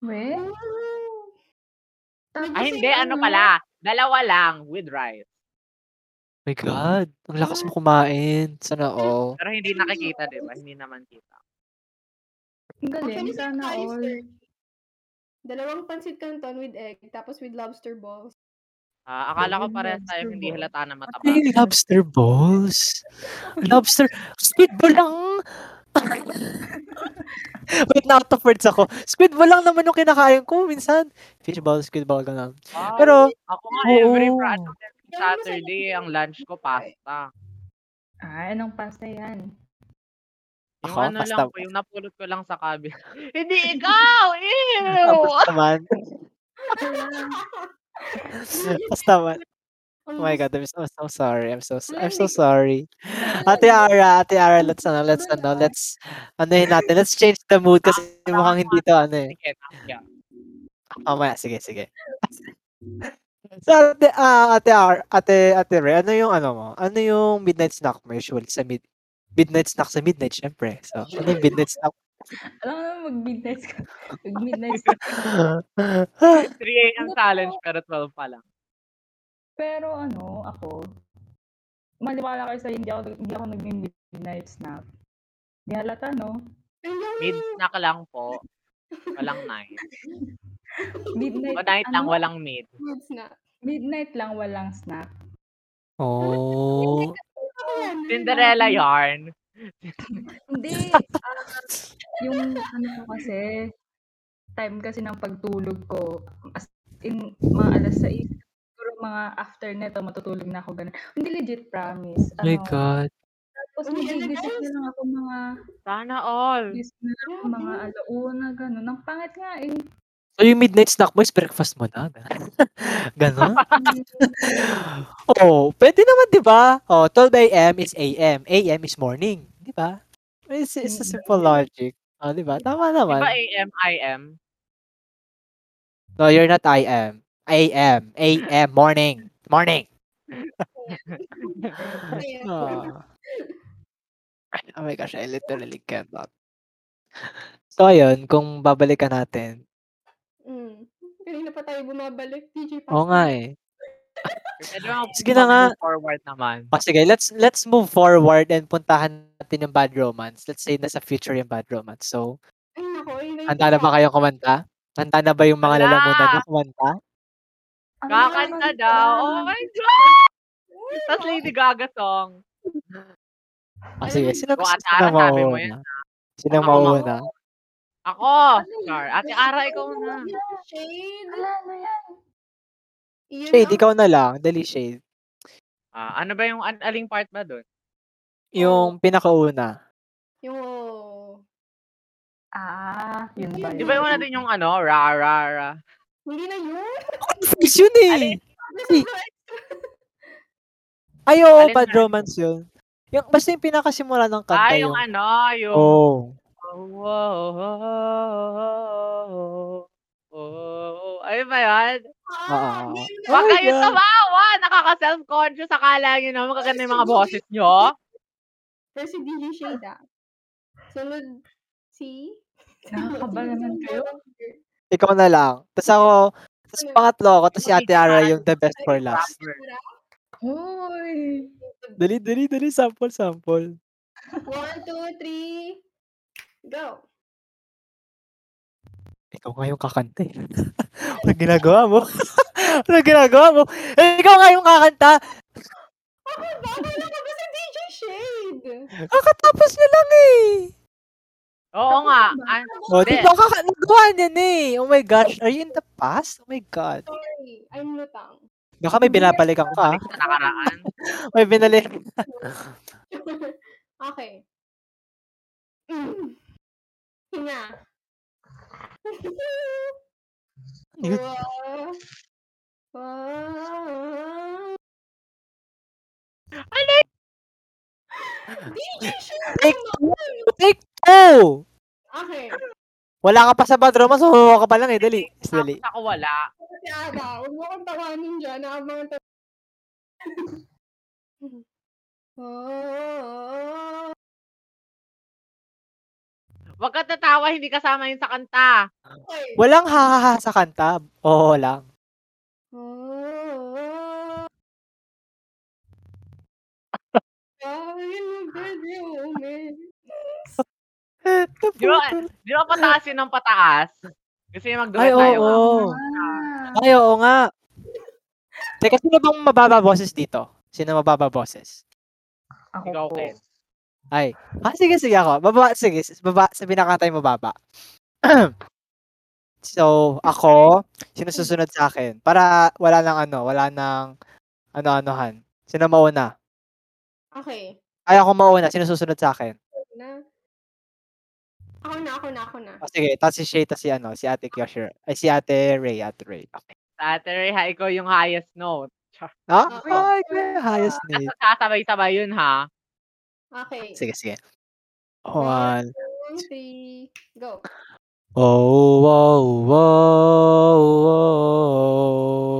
[SPEAKER 8] We?
[SPEAKER 7] Ay, hindi, ano pala. Dalawa lang with rice.
[SPEAKER 4] My God, ang lakas mo kumain. Sana all.
[SPEAKER 7] Pero hindi nakikita, di ba? Hindi naman kita.
[SPEAKER 8] Ang galing.
[SPEAKER 6] Actually,
[SPEAKER 8] Sana
[SPEAKER 6] same tayo,
[SPEAKER 8] all.
[SPEAKER 6] sir. Dalawang pancit canton with egg, tapos with lobster balls.
[SPEAKER 7] Ah, akala ko parehas tayo
[SPEAKER 8] Lobster
[SPEAKER 7] hindi
[SPEAKER 8] ball.
[SPEAKER 7] halata na mataba.
[SPEAKER 4] Ay, lobster balls. Lobster. Squid ball lang. Wait, na out of words ako. Squid ball lang naman yung kinakain ko minsan. Fish ball, squid ball, ganun.
[SPEAKER 7] Wow.
[SPEAKER 4] Pero,
[SPEAKER 7] ako nga every
[SPEAKER 4] oo.
[SPEAKER 7] Friday, every Saturday, ang lunch ko pasta.
[SPEAKER 8] Ah, anong pasta yan?
[SPEAKER 7] Yung
[SPEAKER 4] Ako,
[SPEAKER 7] ano
[SPEAKER 4] pasta
[SPEAKER 7] lang
[SPEAKER 4] ba?
[SPEAKER 7] po, yung napulot ko lang sa cabinet. hindi ikaw! Ew!
[SPEAKER 4] tapos naman. Tapos naman.
[SPEAKER 6] Ang
[SPEAKER 4] Oh my God, I'm so, so sorry. I'm so, so- I'm so
[SPEAKER 6] Ay.
[SPEAKER 4] sorry. Ate Ara, Ate Ara, let's ano, let's ano, let's, ano natin, let's change the mood kasi mukhang hindi to ano eh. Oh,
[SPEAKER 7] Sige, nakakaya.
[SPEAKER 4] Mamaya, sige, sige. so, ate, ah, ate, Ar- ate, ate Re, ano yung ano mo? Ano yung midnight snack mo usually sa mid midnight snack sa midnight, syempre. So, ano yung midnight snack?
[SPEAKER 8] Alam mo, mag-midnight ka. Mag-midnight ka.
[SPEAKER 7] 3 a.m.
[SPEAKER 8] Ano
[SPEAKER 7] challenge, pero 12 pa lang.
[SPEAKER 8] Pero ano, ako, maliwala kayo sa'yo, hindi ako, hindi ako nag-midnight snack. Di halata, no?
[SPEAKER 6] Ay, yung
[SPEAKER 7] Mid
[SPEAKER 8] Hmm.
[SPEAKER 7] snack lang po. Walang night.
[SPEAKER 8] Midnight,
[SPEAKER 7] O night lang,
[SPEAKER 8] ano?
[SPEAKER 7] walang mid.
[SPEAKER 6] foods na.
[SPEAKER 8] Midnight lang, walang snack.
[SPEAKER 4] oh.
[SPEAKER 6] Ano yan?
[SPEAKER 7] Cinderella yarn.
[SPEAKER 8] Hindi, ah, yung ano ko kasi, time kasi ng pagtulog ko, as in, mga alas 6, siguro mga after neto, matutulog na ako ganun. Hindi legit, promise.
[SPEAKER 4] My
[SPEAKER 8] Ano,
[SPEAKER 4] God.
[SPEAKER 8] Tapos
[SPEAKER 6] Uy,
[SPEAKER 8] magigising
[SPEAKER 6] guys.
[SPEAKER 8] na lang ako mga,
[SPEAKER 7] Sana all.
[SPEAKER 8] gising na lang ako mga alauna, ganun. Ang pangit nga eh.
[SPEAKER 4] So, yung midnight snack mo is breakfast mo na. Ganon? oh, pwede naman, di ba? Oh, 12 a.m. is a.m. A.m. is morning. Di ba? It's, it's a simple logic. Oh, di ba? Tama
[SPEAKER 7] Di
[SPEAKER 4] naman.
[SPEAKER 7] ba AM, IM?
[SPEAKER 4] No, you're not I am. AM. AM. Morning. Morning.
[SPEAKER 6] Ayan.
[SPEAKER 4] Ah. oh my gosh, I literally cannot. So, ayun, kung babalikan natin.
[SPEAKER 6] Mm. Kanina pa tayo bumabalik. DJ
[SPEAKER 4] Oo nga eh.
[SPEAKER 7] Pwede mo
[SPEAKER 4] Sige na nga.
[SPEAKER 7] forward naman.
[SPEAKER 4] O Ah, sige, let's, let's move forward and puntahan natin yung bad romance. Let's say nasa future yung bad romance. So,
[SPEAKER 6] Ay, nako. Ay,
[SPEAKER 4] handa na ba kayong kumanta? Handa na ba yung mga
[SPEAKER 7] Hala!
[SPEAKER 4] lalamunan na kumanta?
[SPEAKER 8] Ano
[SPEAKER 7] Kakanta
[SPEAKER 8] naman
[SPEAKER 7] daw.
[SPEAKER 8] yan?
[SPEAKER 7] Oh my God! Tapos Lady Gaga song.
[SPEAKER 4] Ah, sige. Sino
[SPEAKER 7] Ikaw, Ate
[SPEAKER 4] sino
[SPEAKER 7] Ara, sabi mo ah.
[SPEAKER 4] mauuna? Sino
[SPEAKER 7] Ako,
[SPEAKER 4] ah. mauuna?
[SPEAKER 7] Ako!
[SPEAKER 8] Ano
[SPEAKER 7] Char. Ate Ara, ikaw na.
[SPEAKER 6] Shade.
[SPEAKER 8] Wala na yan.
[SPEAKER 6] Yun
[SPEAKER 4] Shade,
[SPEAKER 6] ang-
[SPEAKER 4] ikaw na lang. Dali, Shade.
[SPEAKER 7] Ah, ano ba yung, an- aling part ba doon?
[SPEAKER 4] Yung pinakauna.
[SPEAKER 6] Yung,
[SPEAKER 8] Ah, yun ba
[SPEAKER 7] Di ba yung natin yung ano? Ra, ra, ra.
[SPEAKER 6] hindi na yun.
[SPEAKER 7] Ano
[SPEAKER 4] Fix yun eh!
[SPEAKER 6] Kasi
[SPEAKER 4] Ay, oo,
[SPEAKER 7] Alin
[SPEAKER 4] bad
[SPEAKER 7] na?
[SPEAKER 4] romance yun. Yung, basta yung pinakasimula ng kanta
[SPEAKER 7] Ah, yung
[SPEAKER 4] yung...
[SPEAKER 7] ano, yung...
[SPEAKER 4] Oo.
[SPEAKER 7] Oh, oh, oh, oh, oh. Ayun ba yan?
[SPEAKER 4] Ah, ah, ah.
[SPEAKER 7] Huwag
[SPEAKER 4] Oh,
[SPEAKER 7] kayo
[SPEAKER 4] yeah.
[SPEAKER 7] tumawa! Nakaka-self-conscious. Akala nyo na magaganda yung mga boses nyo.
[SPEAKER 6] Pero si DJ Shade ah. Sunod si...
[SPEAKER 8] Nakakaba naman kayo.
[SPEAKER 4] Ikaw na lang. Tapos ako,
[SPEAKER 7] Ano
[SPEAKER 4] tapos pangatlo ako, tapos si Ate Ara yung the best for last.
[SPEAKER 8] Hoy!
[SPEAKER 4] Dali, dali, dali, sample, sample.
[SPEAKER 6] One, two, three, go.
[SPEAKER 4] Ikaw nga yung kakanta eh. Ano ginagawa mo? ano ginagawa mo? Eh, ikaw nga yung kakanta!
[SPEAKER 6] Bago na ka ba sa DJ Shade?
[SPEAKER 4] Kakatapos niya lang eh!
[SPEAKER 7] Oo nga. An-
[SPEAKER 4] O, di
[SPEAKER 7] Hindi.
[SPEAKER 4] ba kaka- nagawa niya na eh? Oh my gosh, are you in the past? Oh my god.
[SPEAKER 6] Sorry, I'm lutang.
[SPEAKER 4] Baka may binabalikan ka.
[SPEAKER 7] Sa nakaraan.
[SPEAKER 4] May binalik.
[SPEAKER 6] okay. Mm. Hinga.
[SPEAKER 4] Yun.
[SPEAKER 6] Wow. Wow.
[SPEAKER 4] Take two! Take two!
[SPEAKER 6] Okay.
[SPEAKER 4] Wala ka pa sa bathroom, sumuha ka pa lang eh. Dali. Dali.
[SPEAKER 7] Tapos ako wala.
[SPEAKER 6] Si Ada, huwag mo kong tawanin dyan. ah, Naabangan tayo. oh.
[SPEAKER 7] Huwag ka tatawa, hindi kasama yun sa kanta.
[SPEAKER 6] Okay.
[SPEAKER 4] Walang hahaha sa kanta. Oo lang.
[SPEAKER 6] Oh. Ah, yun yung good romance.
[SPEAKER 7] Yun. Di ba pataas yun ng pataas? Kasi magduet
[SPEAKER 4] Ay, oo.
[SPEAKER 7] tayo.
[SPEAKER 8] Ah,
[SPEAKER 4] Ay, oo nga. Teka, sino bang mababa boses dito? Sino mababa boses?
[SPEAKER 8] Ah, ako
[SPEAKER 7] Ikaw,
[SPEAKER 8] po.
[SPEAKER 7] Ken.
[SPEAKER 4] Ay. Ah, sige, sige ako. Baba, sige. s- Baba, sabi na tayo mababa. so, ako, sino susunod sa akin? Para wala nang ano, wala nang ano-anohan. Sino mauna?
[SPEAKER 6] Okay.
[SPEAKER 4] Ay, ako mauna. Sino susunod sa akin?
[SPEAKER 6] Na. Ako na, ako na, ako na.
[SPEAKER 4] O, sige, tapos si Shay, tapos si ano, si Ate Kyosher. Ay, si Ate Ray, Ate Ray. Okay.
[SPEAKER 7] Saturday, ha, ikaw yung highest note.
[SPEAKER 4] Ah,
[SPEAKER 6] Okay.
[SPEAKER 4] ay, may highest need.
[SPEAKER 7] Tapos sasabay-sabay yun, ha?
[SPEAKER 6] Okay.
[SPEAKER 4] Sige, sige. One,
[SPEAKER 6] One, three, go.
[SPEAKER 4] Oh, wow, wow, wow.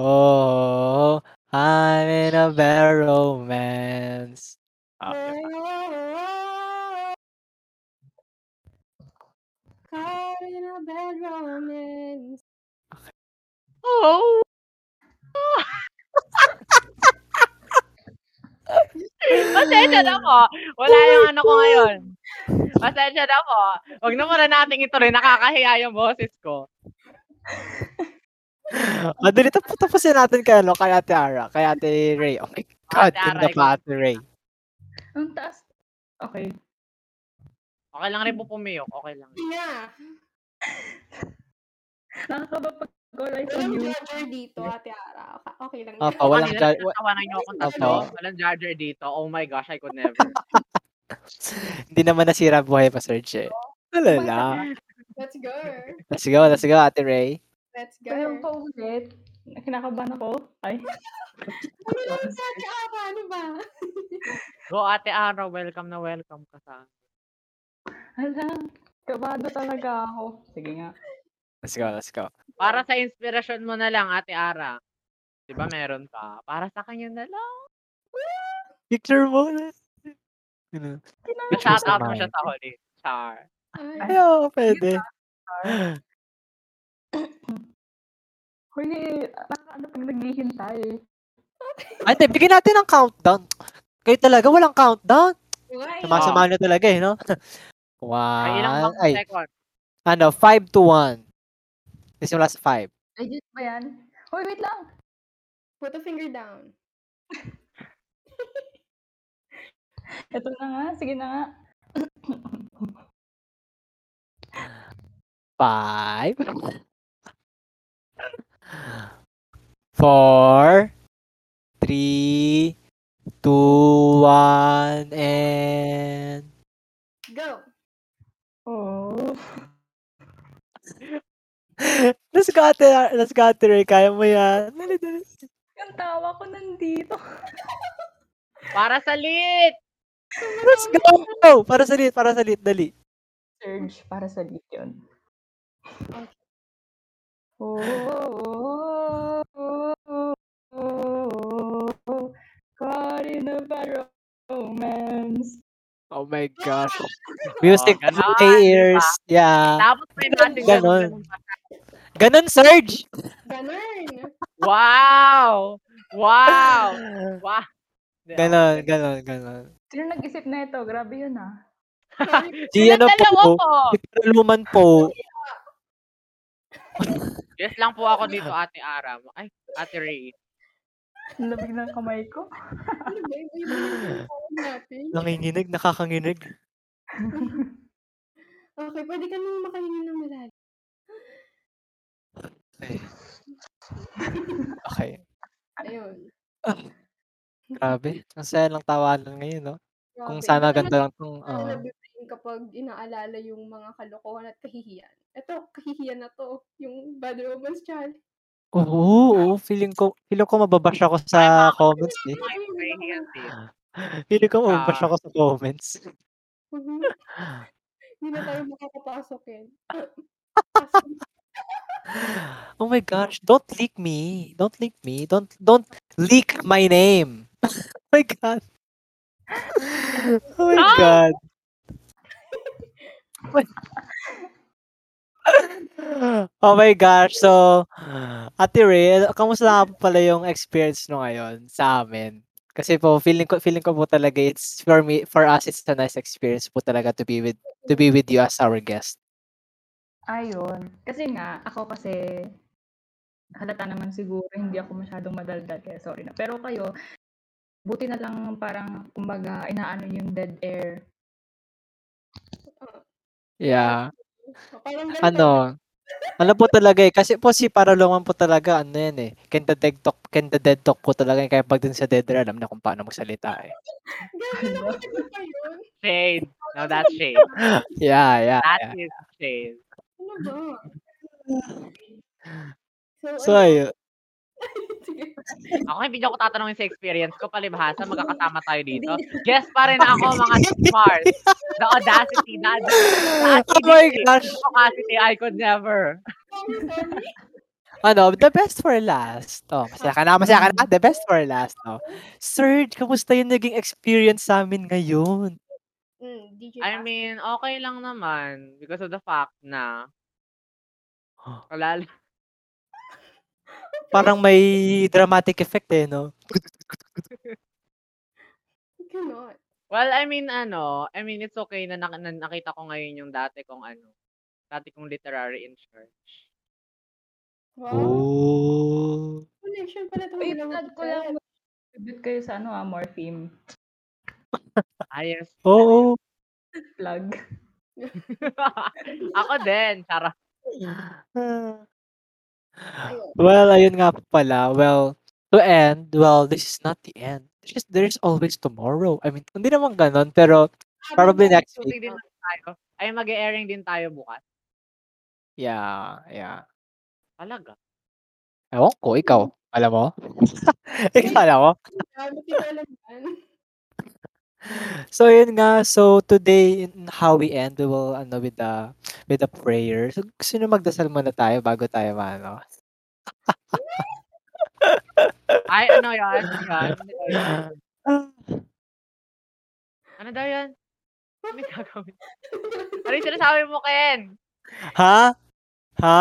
[SPEAKER 4] Oh, I'm in a bad romance. Okay.
[SPEAKER 6] Caught in a bad romance.
[SPEAKER 7] Oh! Pasensya na po. Wala yung ano ko ngayon. Pasensya na po. Huwag na muna natin ito rin. Nakakahiya yung boses ko.
[SPEAKER 4] Oh, dali, tap- tapusin natin kay, ano, kay Ate Ara, kay Ate eh. Ray. Oh my God,
[SPEAKER 7] Ate Ara,
[SPEAKER 4] ganda pa
[SPEAKER 7] ikaw.
[SPEAKER 4] Ate Ray.
[SPEAKER 8] Ang taas. Okay.
[SPEAKER 7] Okay lang rin po pumiyok. Okay lang.
[SPEAKER 6] Hinga.
[SPEAKER 8] Nakakaba pag all eyes on
[SPEAKER 6] Walang
[SPEAKER 8] you.
[SPEAKER 6] judger dito, Ate Ara. Okay- Okay lang.
[SPEAKER 4] Opo,
[SPEAKER 6] yan.
[SPEAKER 4] Ah, walang
[SPEAKER 7] Kanina,
[SPEAKER 4] jar- wa-
[SPEAKER 7] natawanan niyo akong tatlo.
[SPEAKER 4] Opo.
[SPEAKER 7] Walang charger dito. Oh my gosh, I could never.
[SPEAKER 4] Hindi naman nasira ang buhay pa, Sir Che. Alala.
[SPEAKER 6] Let's go.
[SPEAKER 4] Let's go, let's go, Ate Ray.
[SPEAKER 6] Let's go.
[SPEAKER 8] Pero pa ulit. Kinakabahan ako. Ay.
[SPEAKER 6] Ano lang si Ate Ara? Ano ba?
[SPEAKER 7] Go, Ate Ara. Welcome na welcome ka sa
[SPEAKER 8] Hala. Kabado talaga ako. Sige nga.
[SPEAKER 4] Let's go, let's go.
[SPEAKER 7] Para sa inspirasyon mo na lang, Ate Ara. Di ba meron pa? Para sa kanya na lang.
[SPEAKER 4] Picture mo. na. Yun na. Picture
[SPEAKER 7] Shout
[SPEAKER 4] sa
[SPEAKER 7] out mo siya
[SPEAKER 4] mind.
[SPEAKER 7] sa huli. Char.
[SPEAKER 6] Ay,
[SPEAKER 4] Ay, oo, pwede.
[SPEAKER 8] Huli. Nakakaano pag naghihintay.
[SPEAKER 4] Ate, bigyan natin ng countdown. Kayo talaga, walang countdown.
[SPEAKER 6] why?
[SPEAKER 4] Sumasama na talaga eh, no?
[SPEAKER 7] Ay, ilang
[SPEAKER 4] One,
[SPEAKER 7] bang
[SPEAKER 4] Ah, ay,
[SPEAKER 7] second?
[SPEAKER 4] ano, five to one. Simula sa five.
[SPEAKER 8] Legit ba yan? Hoy, wait lang!
[SPEAKER 6] Put a finger down.
[SPEAKER 8] Ito na nga, sige na nga.
[SPEAKER 4] Five. Four. Three. Two. One. And...
[SPEAKER 6] Go!
[SPEAKER 8] Oh.
[SPEAKER 4] Let's go, Ate. Ra- Let's go, Ate Ray. Kaya mo yan. Dali, dali.
[SPEAKER 8] Yung tawa ko nandito.
[SPEAKER 7] Para sa lit!
[SPEAKER 4] Let's go! Para sa lit, para sa lit. Dali.
[SPEAKER 8] Surge para sa beat yun. Oh, oh, oh, oh, oh, Caught in a bad romance.
[SPEAKER 4] Oh my gosh. Oh, Music to my ears. Yeah.
[SPEAKER 7] Tapos may natin
[SPEAKER 4] Ah. Ganon.
[SPEAKER 7] ganun.
[SPEAKER 4] Ganon, Serge!
[SPEAKER 6] Ganun!
[SPEAKER 7] Wow! Wow! Wow!
[SPEAKER 4] Ganon, ganon, ganon.
[SPEAKER 8] Sino nag-isip na ito? Grabe yun ah.
[SPEAKER 4] Di
[SPEAKER 7] Sila
[SPEAKER 4] ano
[SPEAKER 7] dalawa
[SPEAKER 4] po,
[SPEAKER 7] po.
[SPEAKER 4] si Karluman po.
[SPEAKER 7] Yes lang po ako dito, Ate Aram. Ay, Ate Ray.
[SPEAKER 8] Ang Lamig ng kamay ko.
[SPEAKER 6] Ano ba? Iba iba yung tawag natin.
[SPEAKER 4] Nanginginig, nakakanginig.
[SPEAKER 6] Okay, pwede ka nang makahingi ng malalim.
[SPEAKER 4] Okay,
[SPEAKER 6] Ayun.
[SPEAKER 4] grabe. Ang saya lang tawanan ngayon, no? Kung
[SPEAKER 6] Grabe.
[SPEAKER 4] sana
[SPEAKER 6] Lahat
[SPEAKER 4] ganito lang tong... ah,
[SPEAKER 6] tayo
[SPEAKER 4] oo.
[SPEAKER 6] nabibrain kapag inaalala yung mga kalokohan at kahihiyan. Ito, kahihiyan na to. Yung bad romance child.
[SPEAKER 4] Oo, oo, feeling ko, feeling ko mababash ako sa comments, eh.
[SPEAKER 7] Ay, Ray, Ate.
[SPEAKER 4] Feeling ko mababash ako sa comments.
[SPEAKER 6] Mhm. Hindi na tayo makakapasok eh. yan. Pasok.
[SPEAKER 4] Oh my gosh, don't leak me. Don't leak me. Don't don't leak my name. oh my god. Oh my
[SPEAKER 7] Ah!
[SPEAKER 4] god. oh my gosh. So, Ate Ray, kamusta na po pala yung experience no ngayon sa amin? Kasi po feeling ko feeling ko po talaga it's for me for us it's a nice experience po talaga to be with to be with you as our guest.
[SPEAKER 8] Ayun. Kasi nga, ako kasi, halata naman siguro, hindi ako masyadong madaldal, kaya sorry na. Pero kayo, buti na lang parang, kumbaga, inaano yung dead air.
[SPEAKER 4] Yeah.
[SPEAKER 6] Oh, Parang ganun tayo.
[SPEAKER 4] ano, ano po talaga eh. Kasi po si Paraloman po talaga, ano yan eh. Kenta dead talk, kenta dead talk po talaga. eh. Kaya pag dun sa dead air, alam na kung paano magsalita eh.
[SPEAKER 6] Ganun ako talaga pa yun.
[SPEAKER 7] Shade. No, that's shade.
[SPEAKER 4] Yeah, yeah, yeah.
[SPEAKER 7] That is shade.
[SPEAKER 6] Ano ba?
[SPEAKER 4] So,
[SPEAKER 6] ano-
[SPEAKER 4] ayun.
[SPEAKER 6] Sige.
[SPEAKER 7] Ako, hindi niyo ako tatanungin sa experience ko. Palibhasa, magkakasama tayo dito. Guest pa rin ako, mga smart. The audacity, the audacity. The
[SPEAKER 4] Oh my
[SPEAKER 7] audacity.
[SPEAKER 4] gosh.
[SPEAKER 7] Audacity, I could never.
[SPEAKER 6] Sorry, sorry.
[SPEAKER 4] Ano, the best for last. Oh, masaya ka na, masaya ka na. The best for last. Oh. Serge, kamusta yung naging experience sa amin ngayon?
[SPEAKER 6] Mm, DJ
[SPEAKER 7] I
[SPEAKER 6] Pasok.
[SPEAKER 7] mean, okay lang naman because of the fact na wala lang.
[SPEAKER 4] Parang may dramatic effect eh, no?
[SPEAKER 6] Cannot.
[SPEAKER 7] Well, I mean, ano, I mean, it's okay na, nak- na nakita ko ngayon yung dati kong ano, dati kong literary in church.
[SPEAKER 6] Wow.
[SPEAKER 4] Oh.
[SPEAKER 6] Connection pala itong
[SPEAKER 8] Uy,
[SPEAKER 6] dalawang
[SPEAKER 8] plug ko
[SPEAKER 6] ito.
[SPEAKER 8] lang. Tribute kayo sa ano ah, Morpheme.
[SPEAKER 7] Ayos.
[SPEAKER 4] Oo.
[SPEAKER 8] Plug.
[SPEAKER 7] Ako din, Sarah.
[SPEAKER 4] Ah. Well, ayun nga po pala. Well, to end, well, this is not the end. There's, there's always tomorrow. I mean, hindi naman ganon, pero probably next week.
[SPEAKER 7] din lang tayo. Ay, mag-airing din tayo bukas.
[SPEAKER 4] Yeah, yeah.
[SPEAKER 7] Talaga.
[SPEAKER 4] Ewan ko, ikaw. Alam mo? ikaw alam mo?
[SPEAKER 6] Ah, Ba't di ko alam yan?
[SPEAKER 4] So, yun nga. So, today, in how we end, we will, ano, with the, with the prayer. So, sino magdasal muna tayo bago tayo, ano?
[SPEAKER 7] Ay, ano yan? Ano yan? Ano yan? Ano daw yan? Ano yung gagawin? Ano yung sinasabi mo, Ken?
[SPEAKER 4] Ha? Ha?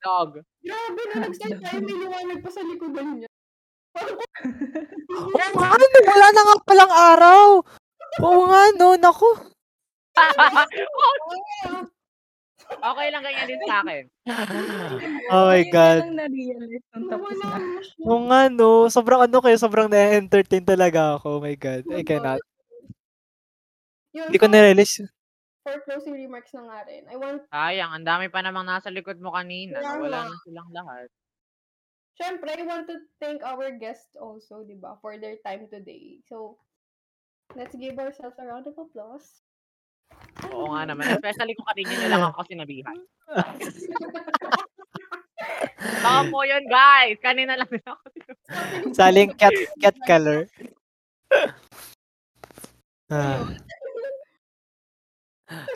[SPEAKER 7] Dog.
[SPEAKER 6] Grabe na nag-start tayo, may liwanag pa sa likodan niya.
[SPEAKER 4] Oo nga, no, Ano? wala na nga palang araw. Oo nga, no, naku.
[SPEAKER 7] What? Okay lang ganyan din sa akin.
[SPEAKER 4] Oh my
[SPEAKER 8] Ngayon
[SPEAKER 4] God.
[SPEAKER 8] ko lang na-realize nung tapos
[SPEAKER 6] Nawala
[SPEAKER 8] na.
[SPEAKER 6] ang emotion.
[SPEAKER 4] Oo nga, no. Sobrang ano kayo, sobrang na-entertain talaga ako. Oh my God. I cannot.
[SPEAKER 6] Yun,
[SPEAKER 4] Hindi ko
[SPEAKER 6] so,
[SPEAKER 4] na-realize.
[SPEAKER 6] For closing remarks na nga rin, I want,
[SPEAKER 7] Sayang, ang dami pa namang nasa likod mo kanina.
[SPEAKER 6] Kaya
[SPEAKER 7] Wala
[SPEAKER 6] nga.
[SPEAKER 7] na silang lahat.
[SPEAKER 6] syempre, I want to thank our guests also, di ba, for their time today. So, let's give ourselves a round of applause.
[SPEAKER 7] Oo nga naman. Especially kung kanina na lang ako sinabihan. Baka po yun, guys. Kanina lang nila ako.
[SPEAKER 4] Saling cat, cat color. Ah.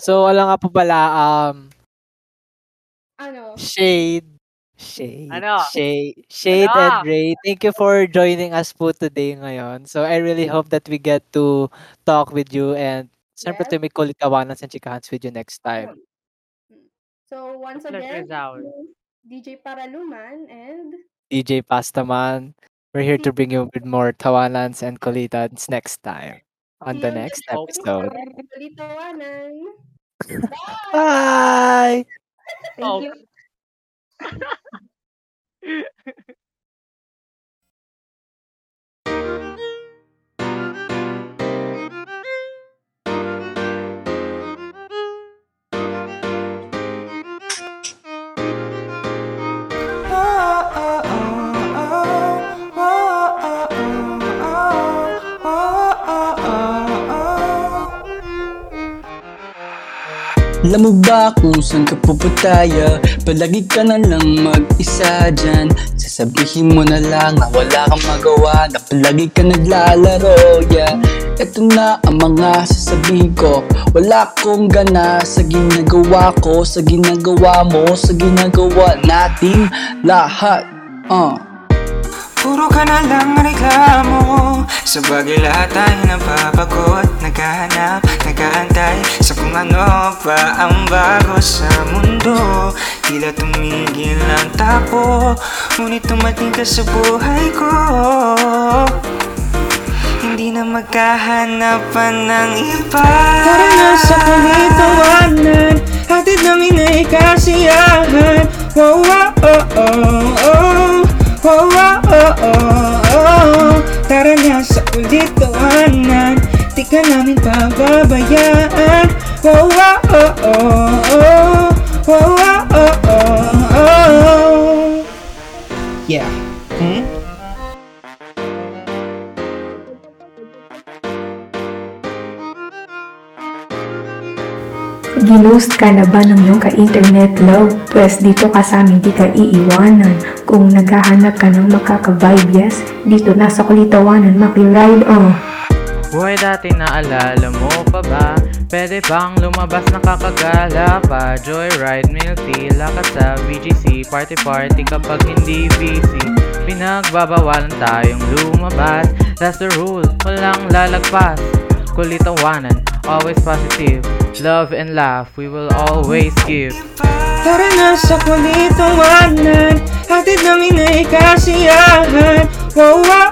[SPEAKER 4] So, wala nga po pala, um,
[SPEAKER 6] Ano?
[SPEAKER 4] Shade. Shade.
[SPEAKER 7] Ano?
[SPEAKER 4] Shade. Shade and
[SPEAKER 7] Ano?
[SPEAKER 4] Ray, thank you for joining us po today ngayon. So, I really hope that we get to talk with you and siyempre
[SPEAKER 6] Yes.
[SPEAKER 4] to make kulit kawanas and chikahans with you next time.
[SPEAKER 6] Hmm. So, once
[SPEAKER 7] Pleasure
[SPEAKER 6] again,
[SPEAKER 7] is ours.
[SPEAKER 6] DJ Paraluman and
[SPEAKER 4] DJ E Pastaman, we're here to bring you with more tawanans and kulitans next time on the
[SPEAKER 6] See you
[SPEAKER 4] next
[SPEAKER 7] next
[SPEAKER 4] episode.
[SPEAKER 6] Litawanan.
[SPEAKER 4] Bye!
[SPEAKER 8] Thank you.
[SPEAKER 9] Alam mo ba kung saan ka pupunta? ya? Palagi ka na lang mag-isa dyan Sasabihin mo na lang na wala kang magawa Na palagi ka naglalaro yeah. Ito na ang mga sasabihin ko Wala akong gana sa ginagawa ko Sa ginagawa mo, sa ginagawa natin lahat uh.
[SPEAKER 10] Puro ka na lang reklamo Sa bagay lahat ay napapagod Naghahanap, naghaantay Sa kung ano pa ang bago sa mundo Tila tumigil ang tapo Ngunit tumating ka sa buhay ko Hindi na magkahanapan ng iba Tara na sa kulitawanan Hatid namin ay kasiyahan Wow, wow, oh, oh, oh Wow, wow, oh, oh, oh Tara na sa kulitawanan Di ka namin pababayaan Wow, wow, oh, oh, oh Wow, wow, oh, oh, oh Yeah Hmm?
[SPEAKER 11] Ginost ka na ba ng iyong ka-internet love? Pwes dito ka sa amin di ka iiwanan. Kung naghahanap ka ng makaka-vibe, yes, dito na sa Kulitawanan, makiride, oh.
[SPEAKER 7] Buhay dati naalala mo pa ba? Pwede bang lumabas na kakagala pa? Joyride, milk tea, lakad sa BGC Party party kapag hindi busy Pinagbabawalan tayong lumabas That's the rule, walang lalagpas Kulitawanan, always positive Love and laugh, we will always give
[SPEAKER 10] Tara na sa kulitawanan Hatid namin ay kasiyahan Wow, oh, wow, oh, oh, oh,